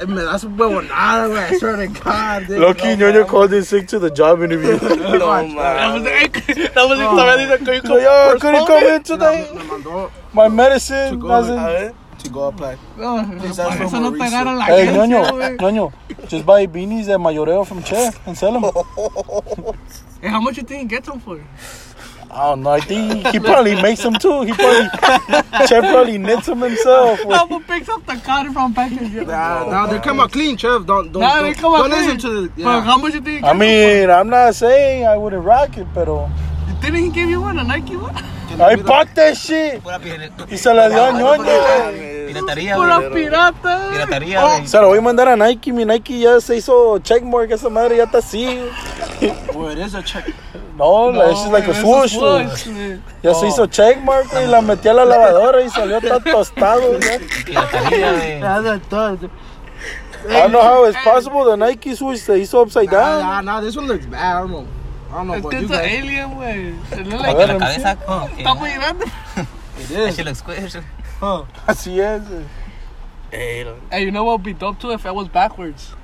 S1: Eh, Man, that's what nada, güey. I swear to God. dude.
S3: Low key, ñoño called in sick to the job interview. Like,
S5: No, man.
S2: That was
S1: Oh.
S3: yo, I couldn't come in today.
S1: Me mandó
S3: My medicine doesn't.
S1: to go apply.
S2: Por eso no te agarra la
S3: Hey,
S2: agencia,
S3: ñoño,
S2: güey.
S3: ñoño, just buy beanies at Mayoreo from Chef and sell them.
S2: Hey, how much you think he gets them for?
S3: I don't know. I think he probably makes them too. He probably, Chef probably knits them himself.
S2: Double picks up the cotton from package. yo.
S1: Nah, nah, they come out clean, Chef. Don't, don't,
S2: Nah,
S1: don't,
S2: they come out
S1: don't
S2: clean.
S1: listen to the.
S2: But
S1: Yeah.
S2: how much you think? He
S3: I
S2: gets
S3: mean, I'm not saying I wouldn't rock it, pero
S2: them? didn't he give you one a Nike one?
S3: I bought that shit.
S4: Pura pire-
S3: Y se la dio a Ñoño.
S5: Mames.
S4: piratería,
S2: Pura
S4: güey.
S2: pirata.
S4: Piratería, güey.
S3: Se la voy a mandar a Nike. Mi Nike ya se hizo checkmark. Esa madre ya está así.
S1: Boy, it is a check.
S3: No, la it's like a
S2: Eso es
S3: swoosh. güey.
S2: swoosh, güey.
S3: Ya se hizo checkmark güey, y la metí a la lavadora y salió tan tostado. güey.
S4: Piratería, güey.
S1: That's a third.
S3: I don't know how it's possible. The Nike switch se hizo upside
S1: Nah,
S3: down.
S1: nah, nah, this one looks bad. I don't know. I don't know
S2: Es
S1: about
S2: que
S1: you
S2: it's an
S1: guys.
S2: alien, güey. Se le
S4: Como
S3: A
S2: like,
S4: que
S3: ver,
S4: la
S3: MC.
S4: cabeza como que-
S2: está muy grande.
S1: It
S4: That
S1: is.
S4: shit looks squished.
S3: Así es. güey.
S2: Hey, you know what would be dope too if I was backwards?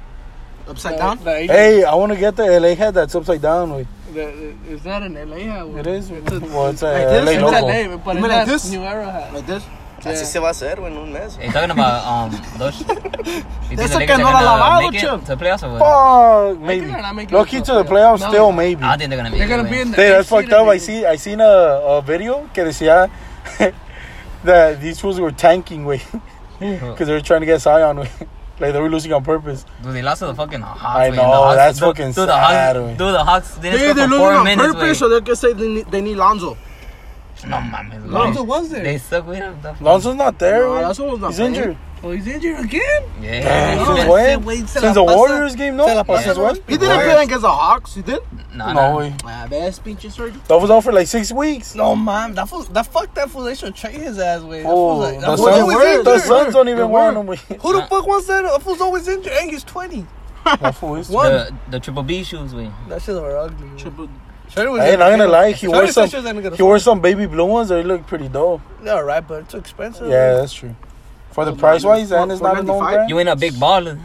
S1: Upside down.
S2: The alien-
S3: Hey, I want to get the LA hat that's upside down. Wait.
S2: the- It's not an LA hat, güey.
S3: It is.
S2: It's a-
S3: Well, it's uh, a
S1: Like this?
S3: LA
S2: It's
S3: logo.
S2: LA, but
S1: You
S2: it's
S1: mean like
S2: not
S1: this?
S2: New Era hat.
S1: Like this.
S5: Así se va a hacer, güey, en un mes.
S4: Hey, talking about um those. You think
S1: Eso
S4: the
S1: que
S4: Lakers
S1: no
S4: are
S1: la
S4: gonna
S1: lavado,
S4: make it
S1: Chum.
S4: to playoffs or what?
S3: Fuck, maybe.
S2: they're not making it
S3: Low key
S2: to
S3: to
S2: the
S3: the playoffs,
S2: playoffs.
S3: still
S2: No.
S3: maybe.
S4: I don't think they're gonna make
S2: They're
S4: it.
S2: gonna
S4: anyway.
S2: be in the.
S3: Dude, that's
S2: eighth seed
S3: fucked up.
S2: and
S3: I
S2: they-
S3: see. I seen a, a video que decía that these fools were tanking, way, because they were trying to get Zion, way. Like they were losing on purpose.
S4: Dude, they lost to the fucking Hawks.
S3: I
S4: man.
S3: know,
S4: the Hawks,
S3: that's
S4: dude,
S3: fucking
S4: dude,
S3: sad,
S4: The
S3: man.
S4: Hawks, dude, the Hawks didn't
S1: They, they're
S4: score for
S1: losing
S4: four
S1: on
S4: minutes.
S1: purpose, so
S4: wait.
S1: they can say they need, they need Lonzo.
S4: No, man.
S2: Lonzo was there.
S4: They suck with
S3: Ah,
S4: him. the-
S3: Lonzo's not there.
S1: No,
S3: wey.
S1: that's what was not
S3: He's
S1: playing.
S3: injured.
S2: Oh, he's injured again?
S4: Yeah.
S3: Since
S4: no,
S2: Lonzo-
S3: when?
S2: Wey, se la
S3: Since the
S2: pasa-
S3: Warriors game, no.
S2: se la pasa
S3: Since
S2: los
S3: when?
S1: He didn't play against the Hawks. He did.
S3: No
S4: No, no.
S3: way.
S1: My best pinches surgery.
S3: That was out for like six weeks.
S5: No, man. That fool, that fuck that fool. They should trade his ass, güey. That
S3: Oh,
S5: fool's
S3: the
S5: like- that fool's
S1: Suns-
S5: always
S1: were-
S3: Suns, the
S5: injured.
S3: Suns don't even
S1: They
S3: want
S1: were.
S3: him. wey.
S5: Who the fuck wants that? That fool's always injured. And he's 20.
S3: That fool is-
S5: What?
S4: The, the triple B shoes, wait.
S5: That shit were ugly. Hey,
S1: Triple.
S3: Hey, not gonna lie, he wore some. He
S5: He
S3: wore some baby blue ones. They look pretty dope.
S5: Yeah, right, but it's expensive.
S3: Yeah, that's true. For the price wise, and it's not a known
S1: 495.
S3: brand.
S4: You ain't a big baller.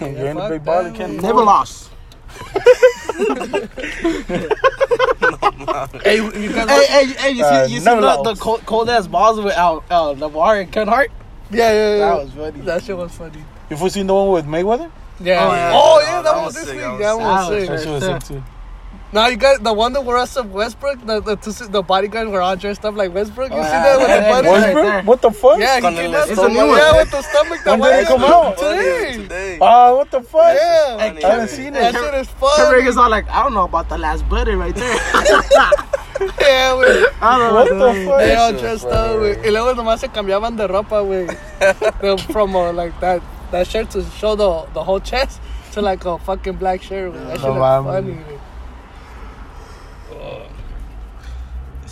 S3: You're in a
S5: fuck
S3: big body,
S5: that,
S3: can't
S1: Never lost.
S5: Hey, you guys.
S1: Hey, hey, hey! You see,
S3: Uh,
S1: you see
S3: never
S1: the,
S3: lost.
S1: the cold, cold ass balls with Al, Al Navar and Ken Hart.
S3: Yeah, yeah,
S1: That was funny.
S2: That shit was funny.
S3: You ever seen the one with Mayweather?
S2: Yeah.
S1: yeah.
S5: Oh yeah, that,
S2: that
S5: was
S2: was
S5: this
S2: sick,
S5: week.
S2: that was
S1: sick.
S5: That was
S3: That
S1: That was
S5: sick.
S3: shit was
S1: Sure.
S3: sick too.
S2: Now you got the one that wore us up Westbrook. The the, two, the bodyguards were all dressed up like Westbrook. You see that with
S1: yeah,
S2: the bunny?
S1: yeah.
S3: Westbrook?
S1: there.
S3: What the fuck?
S2: Yeah,
S5: Con
S2: he
S5: el
S2: came out.
S1: It's a new one.
S2: Yeah, with the stomach. That
S3: When did it
S2: one
S3: come out?
S2: today.
S5: Today.
S3: Ah, what the fuck?
S2: Yeah.
S1: Hey,
S3: I haven't seen
S2: that
S3: it.
S2: shit is
S1: Ken
S2: fun.
S1: Reagan's all like, I don't know about the last buddy right there.
S2: Yeah, güey.
S1: I don't know.
S3: What the fuck?
S2: They all
S5: shit was
S2: dressed up, güey. Y luego nomás se cambiaban de ropa, güey. They- From uh, like that that shirt to show the the whole chest to like a fucking black shirt, güey. That shit
S3: No
S2: is
S3: mames.
S2: funny, güey.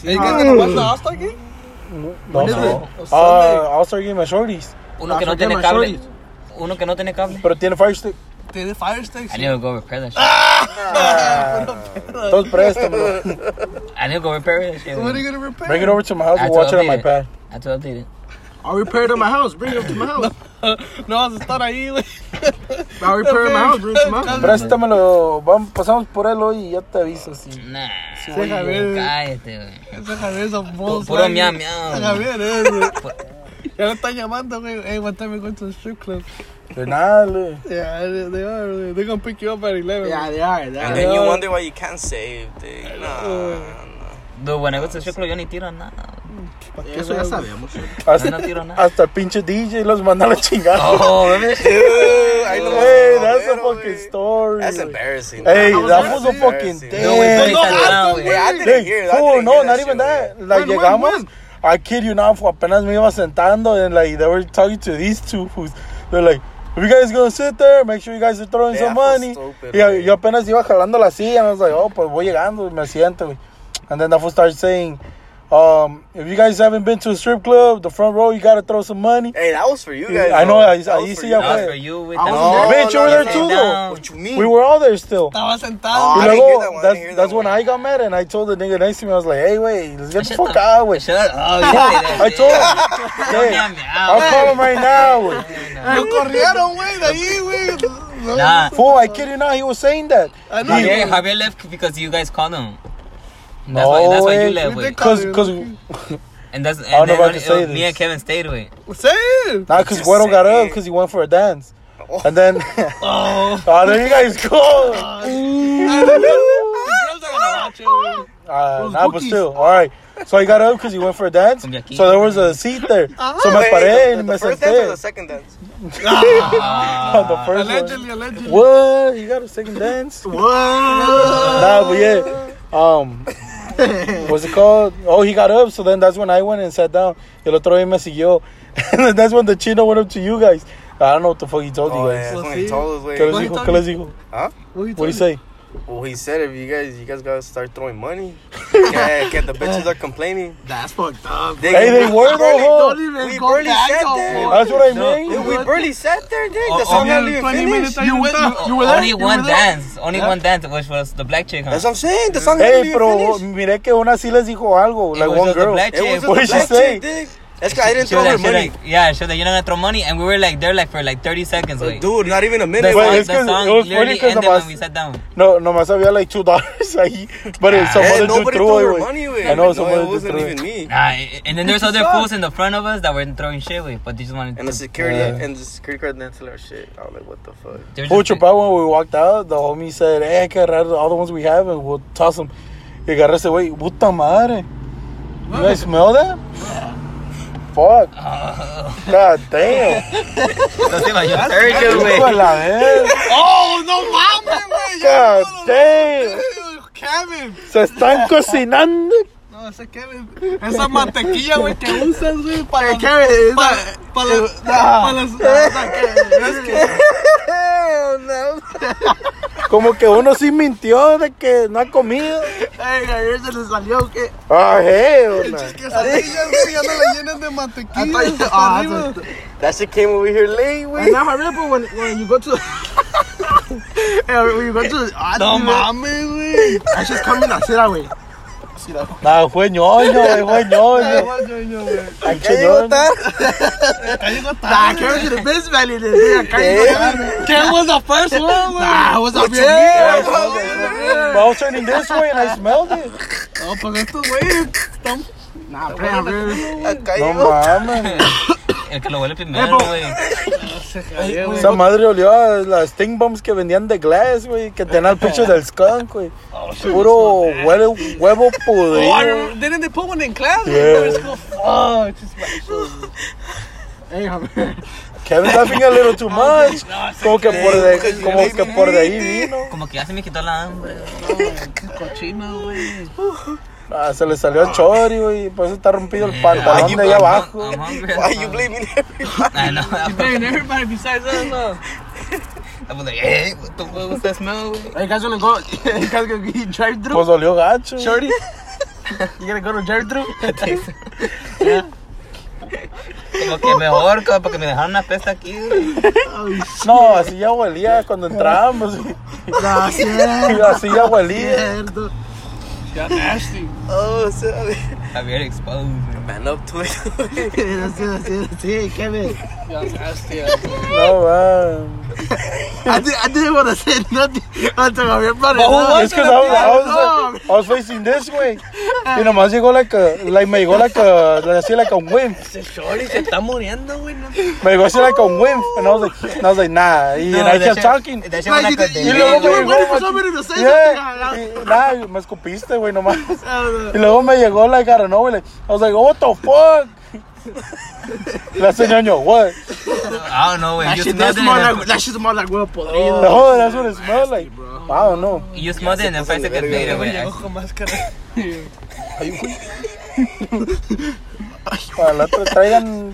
S2: Hey, you
S3: Ah.
S2: guys gonna watch the All-Star game?
S3: No,
S1: is
S3: no.
S2: it?
S3: Uh, I'll start getting my shorties.
S4: Uno que
S1: I
S4: no
S1: forget
S4: tiene
S1: my
S4: cable.
S1: shorties.
S4: Uno que no tiene cable.
S3: Pero tiene fire stick.
S2: They did fire sticks.
S4: I need to go repair that shit.
S3: Entonces préstamelo.
S4: I need to go repair that shit.
S2: What are
S4: wait.
S2: you gonna repair?
S3: Bring it over to my house
S4: I
S3: and watch it on
S4: totally
S3: my
S4: did.
S3: pad.
S4: I have to update it.
S1: I repaired it in my house. Bring it to my house.
S2: No vas a estar ahí, güey.
S1: I repaired it in my house. Bring it to my house.
S3: Préstamelo. Vamos, pasamos por él hoy y ya te aviso. Si.
S4: Nah.
S3: voy
S2: a
S3: yo.
S2: ver.
S4: Cállate, güey.
S2: Esa cabeza
S4: Pu-
S3: Pues
S2: bolsa.
S4: Puro miau miau.
S2: Deja ver, eh, güey. Ya lo están llamando, güey. Hey, what time we going to the strip club?
S3: De nada, le.
S2: Yeah, they they are. güey. They're gonna pick you up at 11.
S1: Yeah, they are. They
S5: And
S1: are.
S5: then you
S2: Yeah.
S5: wonder why you can't save, dude. Nah.
S4: Dude, when I go to the strip club, yo ni tiro nada.
S1: Eso ya sabemos.
S4: Yo
S3: Hasta,
S4: no tiro nada.
S3: hasta el pinche DJ los manda a la chingada.
S4: Oh, baby.
S3: Eh,
S5: Dude, I know.
S3: Hey, that's a
S5: Pero,
S3: fucking
S5: wey.
S3: story.
S5: That's
S3: wey.
S5: embarrassing.
S3: Hey,
S1: That was
S3: that was a fucking
S5: embarrassing.
S3: thing.
S4: No, we put
S5: No,
S4: that down,
S5: Hey,
S4: güey.
S5: I didn't hear that. I
S3: fool,
S5: didn't
S3: no,
S5: hear
S3: not
S5: shit,
S3: even
S5: wey.
S3: that. Like,
S1: When, when,
S3: llegamos.
S1: when?
S3: I kid you not, fool, apenas me iba sentando, and like, they were talking to these two who's, they're like, if you guys gonna sit there, make sure you guys are throwing
S5: Yeah,
S3: some
S5: I feel
S3: money.
S5: stupid,
S3: Y yo-
S5: güey.
S3: yo apenas iba jalando la silla, and I was like, oh, pues voy llegando, me siento, güey. And then that fool started saying, um, if you guys haven't been to a strip club, the front row, you gotta throw some money.
S5: Hey, that was for you
S3: Yeah,
S5: guys.
S3: I know,
S5: though.
S3: I-
S5: That
S3: I
S5: was
S3: see
S5: for
S3: ya,
S4: That
S5: you.
S3: Ah,
S4: was
S3: güey. Ah,
S4: for you with
S1: I
S4: that.
S1: was-
S5: No,
S3: Bitch, you
S5: no,
S3: were there
S5: no,
S3: too,
S5: no.
S4: though.
S5: What you mean?
S3: We were all there still.
S2: Estaba
S5: Oh,
S2: sentado.
S3: Y
S5: I didn't
S3: luego,
S5: hear that one, I didn't
S3: that's,
S5: hear that
S3: that's when
S5: one.
S3: I got mad and I told the nigga next to me, I was like, hey, wait, let's get the
S4: Shut
S3: fuut
S4: the-
S3: out, güey.
S4: Shut up. Oh, you did that
S3: I
S4: shit.
S3: told him,
S4: Miau
S3: hey,
S4: miau.
S3: I'll call him right now, güey.
S2: Lo corrieron, güey, de ahí, güey. No.
S4: Nah.
S3: Fool, I kid you not, he was saying that.
S2: I know.
S4: Javier,
S2: güey.
S4: Javier left because you guys called him. That's
S3: No
S4: why, that's why
S3: way.
S4: you left,
S2: We
S4: wait.
S2: did call-
S3: Cause, cause,
S4: And that's and
S3: don't know
S4: then
S3: if I
S4: only,
S3: can say
S4: uh, me
S3: this.
S4: and Kevin stayed, wait.
S2: Say it.
S3: not cause
S5: Just
S3: Guero got
S5: saying.
S3: up, cause he went for a dance. And then, oh, there you guys
S5: Oh,
S3: go.
S2: Girls are gonna watch it, güey.
S3: Uh,
S1: Those
S3: nah, but
S1: bookies.
S3: still, all right. So I got up because he went for a dance.
S4: Cumbia aquí.
S3: So there was a seat there. So me
S5: Wait,
S3: paré
S5: the-
S3: and
S5: the
S3: me
S5: first dance or the
S3: senté.
S5: second dance?
S3: On the first one.
S2: Ah, Allegedly, allegedly.
S3: What? You got a second dance?
S1: What?
S3: Nah, but yeah. Um, what's it called? Oh, he got up. So then that's when I went and sat down. El otro día me siguió. And then that's when the chino went up to you guys. I don't know what the fuck he told
S5: Oh,
S3: you
S5: yeah,
S3: guys.
S5: that's
S2: Well,
S5: when he
S2: see?
S5: told us,
S3: ¿Qué
S5: wait.
S3: les
S2: Well, he
S3: dijo?
S2: told
S3: ¿Qué
S2: me-
S3: les dijo?
S2: What are you
S3: What do you
S2: talking
S3: say?
S5: Well, he said if you guys, you guys gotta start throwing money. yeah, get the bitches are complaining.
S1: That's fucked up.
S5: They,
S3: Hey, they were though,
S5: barely-
S3: huh?
S1: Don't even
S5: we
S1: go
S5: barely
S1: back
S5: said
S1: no
S5: that.
S1: more.
S3: That's what I
S4: No.
S3: mean.
S5: Dude, we barely sat there, dude. The song not even finished.
S1: You went up. You were there.
S4: Only
S1: You
S4: one
S1: were there?
S4: dance. Only one dance, which was the black chick, huh?
S5: That's what I'm saying. The song hadn't
S3: Hey,
S5: even
S3: pero
S5: finished.
S3: miré que una sí les dijo algo,
S4: It
S3: like
S4: was
S3: one
S4: just the
S3: girl.
S4: black
S5: It was
S4: chick.
S5: just
S3: What
S5: the
S3: did she
S5: black
S3: say?
S5: chick, dude. That's because I didn't
S4: She
S5: throw
S4: was
S5: her
S4: like, she was
S5: money.
S4: like, yeah, she was like, you're not gonna throw money, and we were like there like for like 30 seconds. Like,
S5: Dude, not even a
S4: the
S5: minute.
S3: Well,
S4: song,
S3: it's 'cause
S4: the
S3: it
S4: song
S3: was funny
S4: literally
S3: 'cause the
S4: ended when
S3: bus-
S4: we sat down.
S3: No, nomás había like two dollars ahí. But it- some
S5: Hey,
S3: other dude
S5: Eh, nobody
S3: threw
S5: threw
S3: it,
S5: her
S3: güey.
S5: money away.
S3: I know
S5: no,
S3: someone
S5: it
S3: did
S5: wasn't
S3: throw it.
S5: even me.
S4: Nah, and then there's other fools in the front of us that were throwing shit away, but they just wanted
S5: And the
S4: to.
S5: security
S3: Yeah.
S5: and the security guard didn't tell her shit. I was like, what the fuck?
S4: they were just-
S3: Pucho, pa, when we walked out, the homie said, hey, I can ride all the ones we have and we'll toss them. Y agarré ese güey, puta madre. You guys smell that? Fuck. God damn.
S4: Entonces, like, you're third, güey.
S3: Hijo de la verga.
S1: Oh no, mama.
S3: God damn.
S1: Kevin.
S3: Se están cocinando.
S2: No, ese Kevin. Esa mantequilla, güey, que usas, güey, para.
S1: Hey, Kevin. Is that,
S2: Para las. Para las.
S3: Como que uno sí mintió de que no ha comido.
S1: hey, ayer se le salió que.
S3: Ah, hell, no.
S2: quesadillas, güey, ya no la llenan de
S1: I
S2: mantequilla.
S1: thought you.
S2: hasta
S1: ah,
S2: arriba.
S1: that's what-
S5: That shit came over here late,
S1: And
S5: wey.
S1: now I remember when when you go to. Hey, when you go to. ah,
S2: No
S1: dude,
S2: mames, güey.
S1: That's just coming acera, güey.
S3: Nah, fue ñoño, güey, fue
S2: Ay,
S3: ñoño.
S2: guay, ñoño, güey.
S3: Pinche ñoño.
S1: Nah, Kevin should have been smelling this. Yeah, Kevin.
S2: Ken was the first one, güey.
S1: Nah, what's up,
S3: Yeah,
S1: yeah?
S3: I smelled it. But I was turning this way and I smelled it.
S2: No, pues estos güeyes.
S1: Nah, play, bro.
S3: No mames.
S4: El que lo huele primero, güey.
S3: Esa madre olió a las stink bombs que vendían de glass, güey. Que tenían el pinche del skunk, güey. Puro huevo, huevo pudrido.
S2: Oh, I remember, didn't they put one in class?
S3: Yeah.
S2: It's called- Oh, it's just like,
S1: Hey, Javier.
S3: Kevin's laughing a little too much. Como que por de, como que por de ahí vino.
S4: Como que ya se me quitó la hambre. güey.
S2: cochino, güey.
S3: Ah, se le salió el chori, güey. Por eso está rompido
S4: Eh, Mm.
S3: el pantalón
S4: I'm-
S3: de ahí
S4: I'm-
S3: abajo.
S4: I'm hungry.
S5: Why you blaming everybody?
S4: I know. I
S2: Man, everybody besides us, uh. no.
S4: was like, hey, what the what was that smell? güey?"
S1: Hey, you guys wanna go? You guys gonna eat drive through?
S3: Pues olió gacho.
S1: Shorty? You gonna go to drive through?
S4: Como que me ahorco porque me dejaron una pesta aquí. güey.
S3: No, así ya huelía cuando entrábamos. güey.
S1: Nah, cierto.
S3: Así ya huelía.
S1: Cierto.
S2: Got nasty.
S5: Oh, so I
S4: Javier exposed. güey.
S5: man up to it.
S1: Así, así, así, Kevin.
S2: Got nasty.
S3: No, man.
S1: I, did, I didn't want to say nothing until Javier brought it
S2: But who
S1: up.
S2: was-
S3: It's because I, was- I was I was facing this way. Y nomás llegó like a, like me llegó like a, así like a whim.
S2: Ese shorty se está muriendo, güey. no.
S3: Me llegó así like a whim. And I was like, and I was like nah. Y and I
S4: that
S3: kept
S4: shit-
S3: talking.
S2: eh,
S4: That shit was
S1: Like,
S4: like
S1: you,
S4: a
S1: did- you,
S3: Y
S4: delay,
S3: luego
S1: you were
S3: me
S1: waiting for
S3: llegó-
S1: somebody to say
S3: Yeah.
S1: something.
S3: Y- Nah, me escupiste, güey, nomás.
S1: Ah,
S3: Y luego me llegó like, I don't know, like, I was like, what the fuck? La señora, what?
S4: I don't know, güey.
S1: That
S4: You
S1: shit
S4: smelled
S1: does
S4: it.
S1: smell
S4: and
S1: like that shit smell like huevo
S2: Oh,
S1: podrido.
S3: The whole that's what it smelled like. I don't know.
S4: then- You smelled it and then five seconds later,
S2: Güey,
S4: güey. I-
S2: llegó con máscara.
S3: Para la otra traigan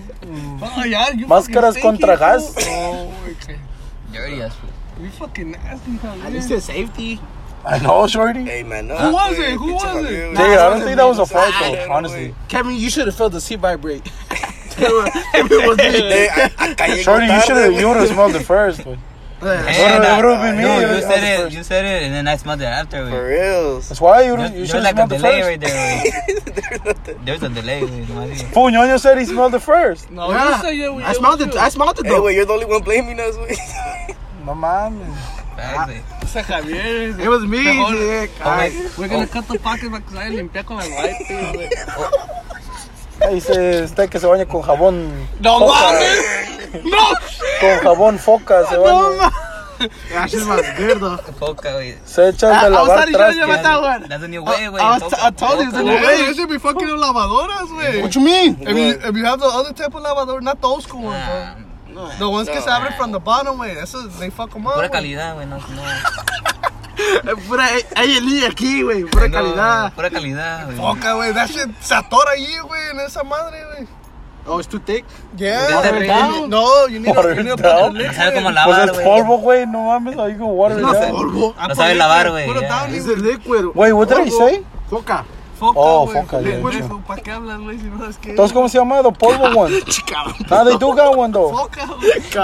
S2: Oh, yeah, you
S3: máscaras
S2: fucking
S3: contra
S2: stinky,
S3: gas.
S2: fool. Oh, okay.
S4: Dirty as fuck.
S2: You fucking nasty,
S1: At least
S2: Javier.
S1: it's é safety.
S3: I know, shorty.
S5: Hey, man up.
S2: Who was
S5: wey.
S2: it? Who
S5: Bitch,
S2: was
S5: I'm
S2: it?
S5: real.
S3: Dude, I don't think Eh, that was a fault
S5: I-
S3: though, honestly.
S1: Kevin, you should have felt the seat vibrate. If it was me.
S5: Hey, I- I caí
S3: Shorty, you
S5: tarde,
S3: should have
S5: wey.
S3: you would have smelled it first. But
S1: Yeah.
S4: Hey,
S3: would've-
S4: nah,
S3: it would've been me,
S4: no,
S3: it
S4: you
S3: was
S4: said
S3: the
S4: it,
S3: first.
S4: you said it, and then I smelled it after,
S5: For
S4: güey.
S5: reals.
S3: that's why you,
S4: There's,
S3: you
S4: there's
S3: should have
S4: like
S3: smelled it
S4: a delay
S3: first.
S4: right there, güey. There's a delay, güey. no idea.
S3: Fool, Ñoño said he smelled it first.
S2: No,
S1: Yeah.
S2: you say yeah, we
S1: I smelled it. I smelled it
S5: Hey,
S1: though.
S5: wait, you're the only one blaming us, wey.
S3: No mames.
S4: Facts, güey.
S2: Ese Javier.
S1: It was me,
S2: whole-
S1: Nick.
S3: ah.
S1: I,
S2: We're gonna cut the pocket because I limpié con el wipe, güey.
S3: Ahí dice usted que se baña con jabón.
S2: No
S3: foca.
S2: No!
S3: Con jabón foca se baña.
S1: that shit smells good though.
S4: Foca, güey.
S3: Se echa
S1: I-
S3: de
S1: I was
S3: lavar
S1: telling you,
S3: trastes.
S1: yeah, but that one.
S4: That's a new way, güey.
S1: I was
S4: Foca,
S1: t- I told you it's a
S4: foca.
S1: new way.
S2: It should be fucking lavadoras, güey.
S1: you mean?
S2: If you, if you have the other type of lavador, not the old school ones,
S4: Nah,
S2: bro. The ones que se abren
S4: nah.
S2: from the bottom, way. That's a, they fuck them up.
S4: Pura
S2: güey.
S4: calidad, güey. No, no.
S1: Pura, hay el I aquí, güey. Pura
S4: No,
S1: calidad.
S4: Pura calidad, güey.
S2: Foca, güey. That shit se atora ahí, güey, en esa madre, güey.
S1: Oh, it's too thick?
S5: Yeah.
S4: Water it down.
S5: No, you need
S3: Water
S5: a, you need
S3: it
S5: to put
S3: down.
S5: the lids
S4: Sabe
S5: in.
S4: cómo
S3: Pues
S4: lavar,
S3: es
S4: güey.
S3: polvo, güey. No mames. How you gonna water it
S1: No,
S3: down?
S1: polvo.
S4: No sabe lavar, güey.
S5: Put it down,
S4: yeah.
S1: It's a liquid.
S3: Wait, what did I
S1: Polvo.
S3: say?
S1: Coca.
S5: Foca,
S3: Oh,
S5: güey.
S3: foca, yeah,
S5: Liquid
S3: sure.
S5: is- ¿Para qué hablas, güey, si no sabes qué?
S3: Entonces, ¿cómo se llama? The polvo one. Nah, they do got one, though.
S5: Foca,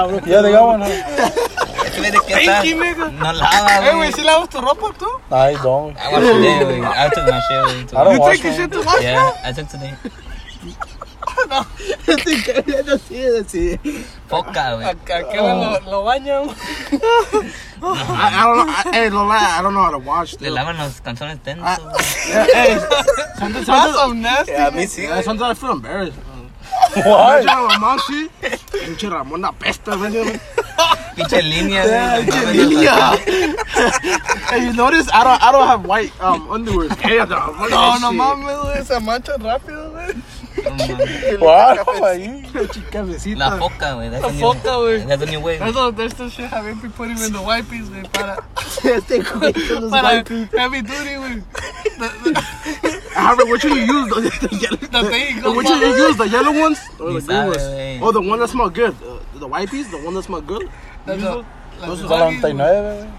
S5: güey.
S3: Yeah, they got one. huh?
S4: Ese güey de que está-
S5: Pinky, nigga.
S4: No lava,
S5: Eh, güey,
S4: güey.
S5: ¿sí lavas tu ropa tú?
S3: I don't.
S4: I watched today, güey. I took my shit, güey.
S3: I don't
S4: today.
S3: wash
S5: Take your shit
S3: them.
S5: to wash now.
S4: Yeah, I took today.
S1: Así es, así es.
S4: Foca, güey.
S2: ¿A qué hora lo, lo bañan?
S1: I, I don't know. I, hey, no lie, I don't know how to wash
S4: Le
S1: this.
S4: lavan los calzones tensos, güey.
S1: hey, sometimes,
S5: That's
S1: sometimes,
S5: some nasty.
S4: A mí sí,
S1: yeah, sometimes I feel embarrassed.
S3: Why?
S1: Imagine my mom, she. Pinche Ramón apesta, güey.
S4: Pinche línea, güey.
S1: Pinche línea. Hey, you notice I don't I don't have white um underwear. Damn, no, fuck
S5: No,
S1: that
S5: no
S1: shit.
S5: mames, güey. Se manchan rápido, güey.
S4: No mames.
S3: Why? Why?
S1: Chica besita.
S4: La foca, güey. That's
S2: La
S4: a new-
S2: foca, güey.
S4: That's a new way.
S2: That's all, that's the shit Javier be putting in the wipes, güey, para,
S1: Este culo,
S2: para
S1: los
S2: heavy duty, güey.
S1: However, which one you use? The, the, yellow-
S2: The thing
S1: the-
S2: goes
S1: which one you
S2: on.
S1: use? The yellow ones or the
S4: Ni
S1: green
S4: sabe,
S1: ones?
S4: güey.
S1: Oh, the one that smell good. Uh, the whiteys, the one that smell good.
S2: That's all. Like
S1: Those
S2: the
S1: are
S2: wipes, güey.
S3: 99, güey.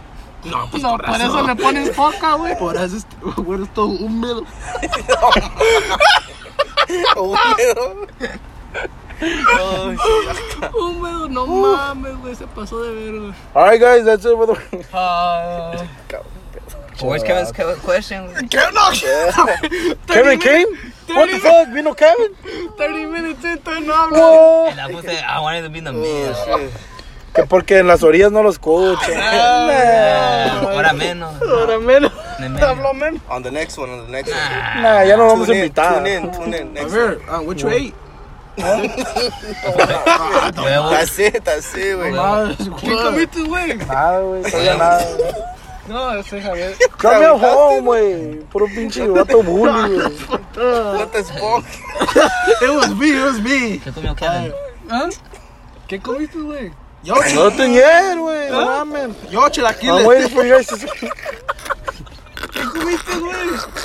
S1: No, pues
S2: No,
S1: por
S2: por eso le pones foca, güey.
S1: Por eso es por eso todo húmedo.
S2: Húmedo, no mames, güey, se pasó de ver, güey.
S3: All right, guys, that's it for the.
S2: Ah,
S4: Where's Kevin's que- question? güey?
S3: Kevin Kane? What the fuck? Vino Kevin?
S2: 30 minutes into no hablo.
S3: Whoa.
S4: La puse, I wanted to be in the middle.
S3: Que porque en las orillas no lo escucha.
S4: Ah, Ahora menos.
S2: Ahora menos.
S4: De menos. Ah,
S2: menos.
S5: On the next one, on the next one.
S3: Nah, ya no vamos a
S5: Tune in,
S3: invitar.
S5: tune in, tune in. Next one.
S1: Javier, uh, what you ate?
S4: ah, Huevos.
S5: That's it, that's it, güey.
S1: Uh,
S2: ¿Qué comiste, güey?
S3: Nada, güey, todavía nada.
S2: No, ese Javier.
S3: Come at home, güey. Puro pinche vato bully, güey.
S5: What the fuck?
S1: it was me. It was me.
S4: ¿Qué comió Kevin?
S2: ¿Ah? ¿Qué comiste, güey?
S1: Yo,
S3: Nothing yet, güey. No mames. Ah, pues,
S1: yo
S3: I'm
S1: chilaquiles.
S3: waiting for you guys to speak.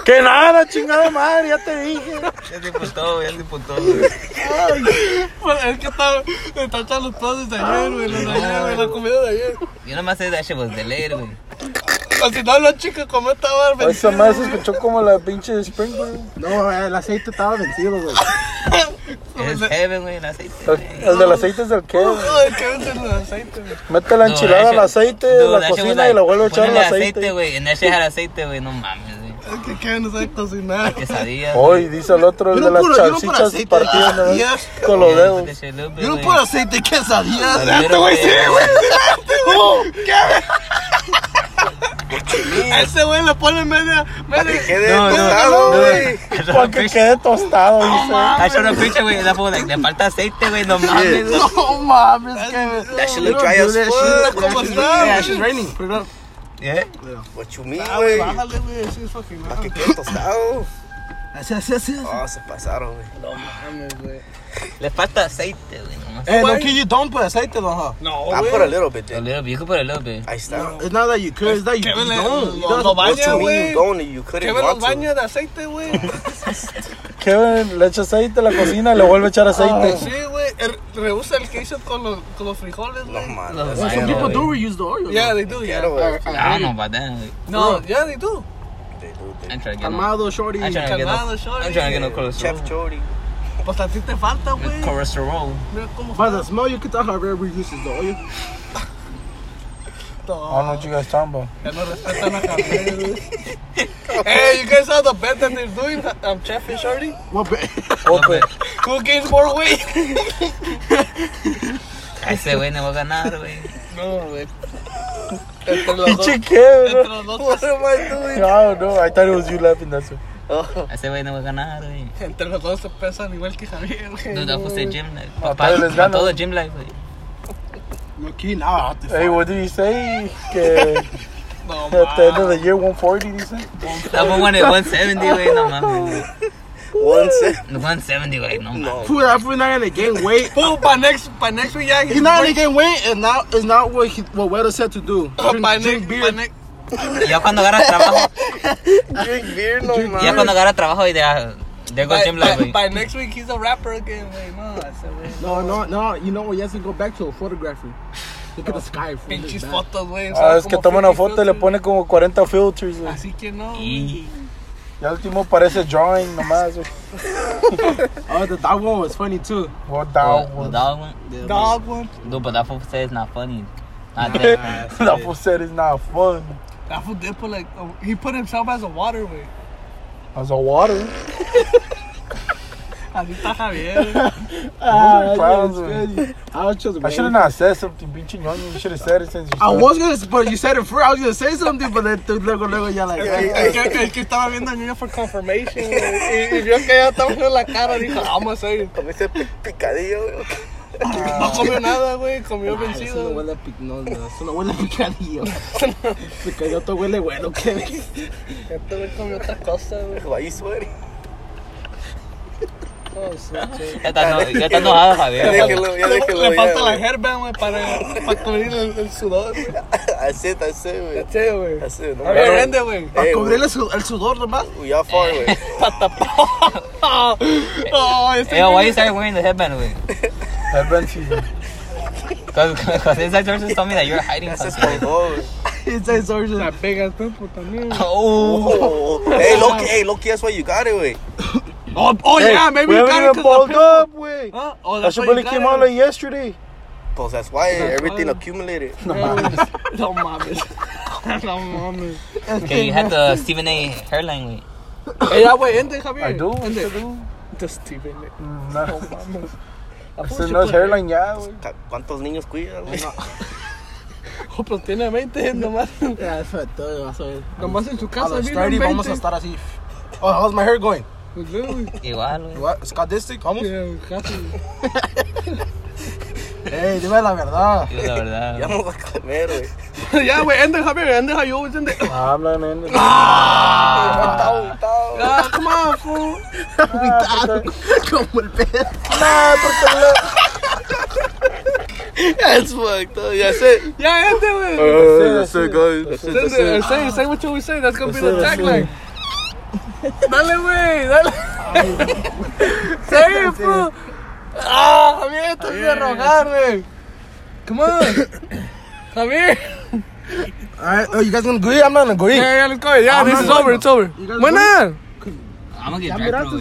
S3: Que nada, chingada madre, ya te dije.
S4: Ya se imputó, ya se imputó. güey.
S2: Pues, Es que está, está echando los platos de ayer, güey, los de ayer, güey, la comida de ayer.
S4: Yo nomás sé that shit was delayed, güey.
S2: O si no, la chica, ¿cómo estaba?
S3: Esa madre se escuchó como la pinche Springboard.
S1: No, el aceite estaba vencido, güey.
S4: Es Kevin, güey, el aceite.
S3: El, el del aceite es del que. güey.
S2: Ay, qué veces el aceite, güey.
S3: Mete la enchilada al aceite, de la cocina y la vuelve a echar al
S4: al
S3: aceite.
S4: güey. En ese al aceite, güey. No mames, güey.
S2: Es que Kevin no sabe cocinar.
S4: Quesadillas.
S3: Hoy dice el otro, el
S1: Yo
S3: de
S1: no
S3: las
S1: puro- yo no puro
S3: salchichas
S1: aceite,
S3: partidas ¿no?
S1: quesadillas.
S3: con los dedos.
S1: Yo no puedo aceite de quesadillas.
S4: Este güey sí, güey.
S2: Ese güey le pone media, media.
S5: Qué
S4: No, no,
S5: detestado,
S4: no.
S5: güey.
S3: Para que quede tostado, dice.
S4: I showed a picture, güey. That fool, like, le falta aceite, güey. No mames, güey.
S1: No mames, Kevin.
S5: That shit
S1: You
S5: look
S1: don't
S5: dry
S1: do
S5: as
S1: that shit.
S5: fuck.
S1: Yeah,
S5: ¿Cómo
S1: she's-
S5: está?
S1: Yeah, she's raining. Put it up.
S4: Yeah.
S5: What you mean, Pues güey?
S2: Bájale, güey, así es fucking
S5: ¿Para qué quede tostado?
S1: Así, así, así.
S5: Oh, se pasaron, güey.
S4: Le falta aceite, güey. Nomás.
S2: Eh,
S1: Hey,
S4: Ah,
S1: no kid, you don't put aceite on her.
S2: No,
S5: I
S2: Oh, güey.
S5: put a Ah, little bit
S4: A
S5: there.
S4: little bit. You could put a little bit.
S5: Ahí está.
S1: It's not that you could, it's that you,
S2: Kevin,
S1: you don't. You
S2: lo-
S1: don't
S2: lo
S1: have
S5: What
S2: baña,
S5: you mean
S2: güey.
S5: you don't? You couldn't
S2: Kevin los
S5: want to.
S2: baños de aceite, güey.
S3: Kevin le echa aceite a la cocina y le vuelve a echar aceite.
S2: Sí, güey. er- Rehúsa el que hizo con los, con los frijoles,
S5: No,
S2: güey.
S5: man.
S4: Los
S5: that's
S1: to- Some
S4: baños,
S1: people
S4: güey.
S1: do reuse the oil.
S2: Yeah, they do, yeah.
S5: Quiero, güey.
S2: Ah,
S1: Ah,
S4: I don't know about that, güey.
S2: No, yeah, they do.
S5: They do, they
S4: I'm trying to get no.
S1: Amado, shorty.
S4: I'm trying to get no.
S2: Calmado, shorty.
S4: I'm trying to get no
S5: do. Chef
S4: cholesterol.
S5: Chody.
S2: Pues a ti te falta, güey.
S4: Cholesterol.
S2: Mira cómo
S1: By the smell, you can tell how rare reuses the oil.
S3: I don't know what you guys talking about.
S2: Ya no respetan a Javier, güey. Hey, you guys saw the bet that they're doing? I'm Chef and Shorty.
S1: What, ba-
S3: Open.
S2: Who gains more weight?
S4: A ese güey no va a ganar, güey.
S2: No, güey. Entre los dos.
S3: Pinche Kevin.
S2: Entre
S3: bro.
S2: los
S5: What
S2: dos,
S5: am I doing?
S3: I don't know. I thought it was you laughing. That's why.
S4: A ese güey no va a ganar, güey.
S2: entre los dos se pesan igual que Javier, güey.
S4: Dude, that fool said gym life.
S3: Ah,
S4: Pa-
S3: todavía les
S4: Para
S3: gano.
S4: todo gym life, güey.
S1: no kid, now I have to
S3: Hey, what did he say? Que
S2: No,
S3: at the end of
S2: ma.
S3: the year, 140, dice.
S4: That fool wanted 170, güey. No mames.
S5: One set.
S4: 170, güey. No mames.
S5: No.
S1: Fool, that fool not gonna gain weight.
S2: Fool, pa' next, pa' next week ya.
S1: He's not gonna gain weight, and now it's not what he, what Wedo said to do. Drink,
S2: Pa' next,
S1: drink beer.
S2: pa' next.
S4: Ya cuando agarras trabajo,
S5: Drink beer, no,
S4: ya
S5: man.
S4: cuando agarras trabajo y de ah, There goes Jim Lively.
S2: By next week, he's a rapper again. Wait, no, I said, wait.
S1: No, no, no. You know what? You have to go back to a photography. Look at the sky. from this
S2: Pinches
S1: back.
S2: fotos, güey.
S3: Ah,
S2: son
S3: es que
S2: como
S3: toma una
S2: 50
S3: foto y le
S2: filters.
S3: pone como 40 filters, güey.
S2: Así que no.
S4: Y-
S3: Ya al último parece drawing nomás, güey.
S1: Oh, the dog one was funny too.
S3: What
S4: Oh,
S3: down,
S4: the
S3: what
S4: dog one?
S2: Dog one.
S4: Dude, but that fool said it's not funny. Ah, Not that.
S3: That fool said it's not fun.
S2: That fool did Ah, put like, a, he put himself as a water, güey.
S3: As a water.
S2: Así está Javier.
S1: Ah,
S3: clowns,
S1: I was just.
S3: I should have not said something, pinche ñoño. You should have said it since you
S1: I
S3: started.
S1: was gonna, but you said it first. I was gonna say something, but then tú- luego, luego, ya like. eh,
S2: Es que- es que estaba viendo a niño for confirmation, güey. Y, y vio que ya estaba viendo la cara, dijo, vamos a hacer.
S5: Con ese pi- picadillo, güey.
S2: No comió nada, güey. Comió
S1: ah, Eso no
S2: vencido.
S1: huele a pic, no, no, eso no huele a picadillo. Picadillo huele bueno, ¿qué?
S2: Este güey comió otra cosa, güey.
S5: Lo ahí suere.
S2: Oh, sí, sí.
S4: Ya está eno- ya está enojado, Javier.
S5: Déjelo, ya déjelo.
S2: Le
S5: ya,
S2: falta la
S5: güey.
S2: hairband, güey, para, para cubrir el, el sudor, güey.
S5: That's it, that's it, güey.
S2: That's it, güey.
S5: That's it. No Eh,
S2: A ver,
S5: matter.
S2: vende, güey.
S1: Para
S5: Hey,
S1: cubrirle su- el sudor nomás.
S5: güey, Y'all far, güey.
S2: Oh, oh, este
S4: Yo, why
S2: güey-
S4: you started wearing the headband away?
S3: Headband season.
S4: Because inside sources told me that you're hiding
S5: That's his
S4: something.
S5: goal.
S1: Inside sources.
S2: La pegas tú, puta mierda.
S4: Oh,
S5: Oh, hey, Loki, hey, Loki, that's why you got it, way.
S2: Oh, oh yeah,
S3: Hey,
S2: maybe
S3: we
S2: you
S3: haven't
S2: got it 'cause
S3: even pulled
S2: the pimple.
S3: up, wait.
S2: Huh? Oh,
S3: That
S2: that's
S3: shit
S2: why
S3: really
S2: you
S3: came
S2: got
S3: out
S2: it.
S3: like yesterday.
S5: Cause that's why everything
S2: why.
S5: accumulated.
S2: No mames. No mames.
S4: okay, you had the Stephen A. hairline. Wait.
S2: Hey, Eh, ya, güey, ende, Javier.
S3: I do.
S2: Ende. The Steven. eh.
S3: Mm, No,
S2: I thought
S3: ese
S2: you
S3: no
S2: put-
S3: es hairline ah, ya, güey.
S5: Ca- ¿Cuántos niños cuida, güey?
S2: Oh, pero tiene 20 nomás.
S1: Ya, eso es todo, vas a ver.
S2: Nomás en su
S1: A é um
S2: casa
S1: los
S2: viven
S1: 30 vamos
S2: 20.
S1: a estar así. Oh, how's my hair going?
S2: Pues, este, güey,
S4: Igual, güey.
S1: What? ¿Scadistic? ¿Cómo?
S2: yeah, casi.
S1: Ey, dime la verdad.
S4: Yo, la verdad.
S5: Ya no va a comer, güey.
S2: Ya, güey, ende, Javier, ende, how you always ende.
S3: Ah, I'm not in it.
S5: Tao, tao.
S2: Ah, come on, fool.
S3: Ah,
S1: Como el pedo.
S5: That's fucked up. That's it.
S2: Ya, ende, güey.
S5: That's it, guys. That's it, that's
S2: Ende,
S5: it.
S2: say, say what you always say. That's gonna be the
S3: That's it,
S2: tagline. Dale, güey, dale. Say it, fool. Ah, Javier, te voy a rogar,
S1: né?
S2: güey. Come on. Javier.
S1: Alright, oh, you guys gonna agree? I'm not gonna agree.
S2: Yeah, yeah, let's go. Yeah,
S1: I'm
S2: this
S1: not
S2: is
S1: going.
S2: É, over. It's over.
S1: You guys
S2: Why
S1: going?
S2: not?
S4: I'm
S1: Ya
S4: gonna get
S1: miraste
S4: dragged through.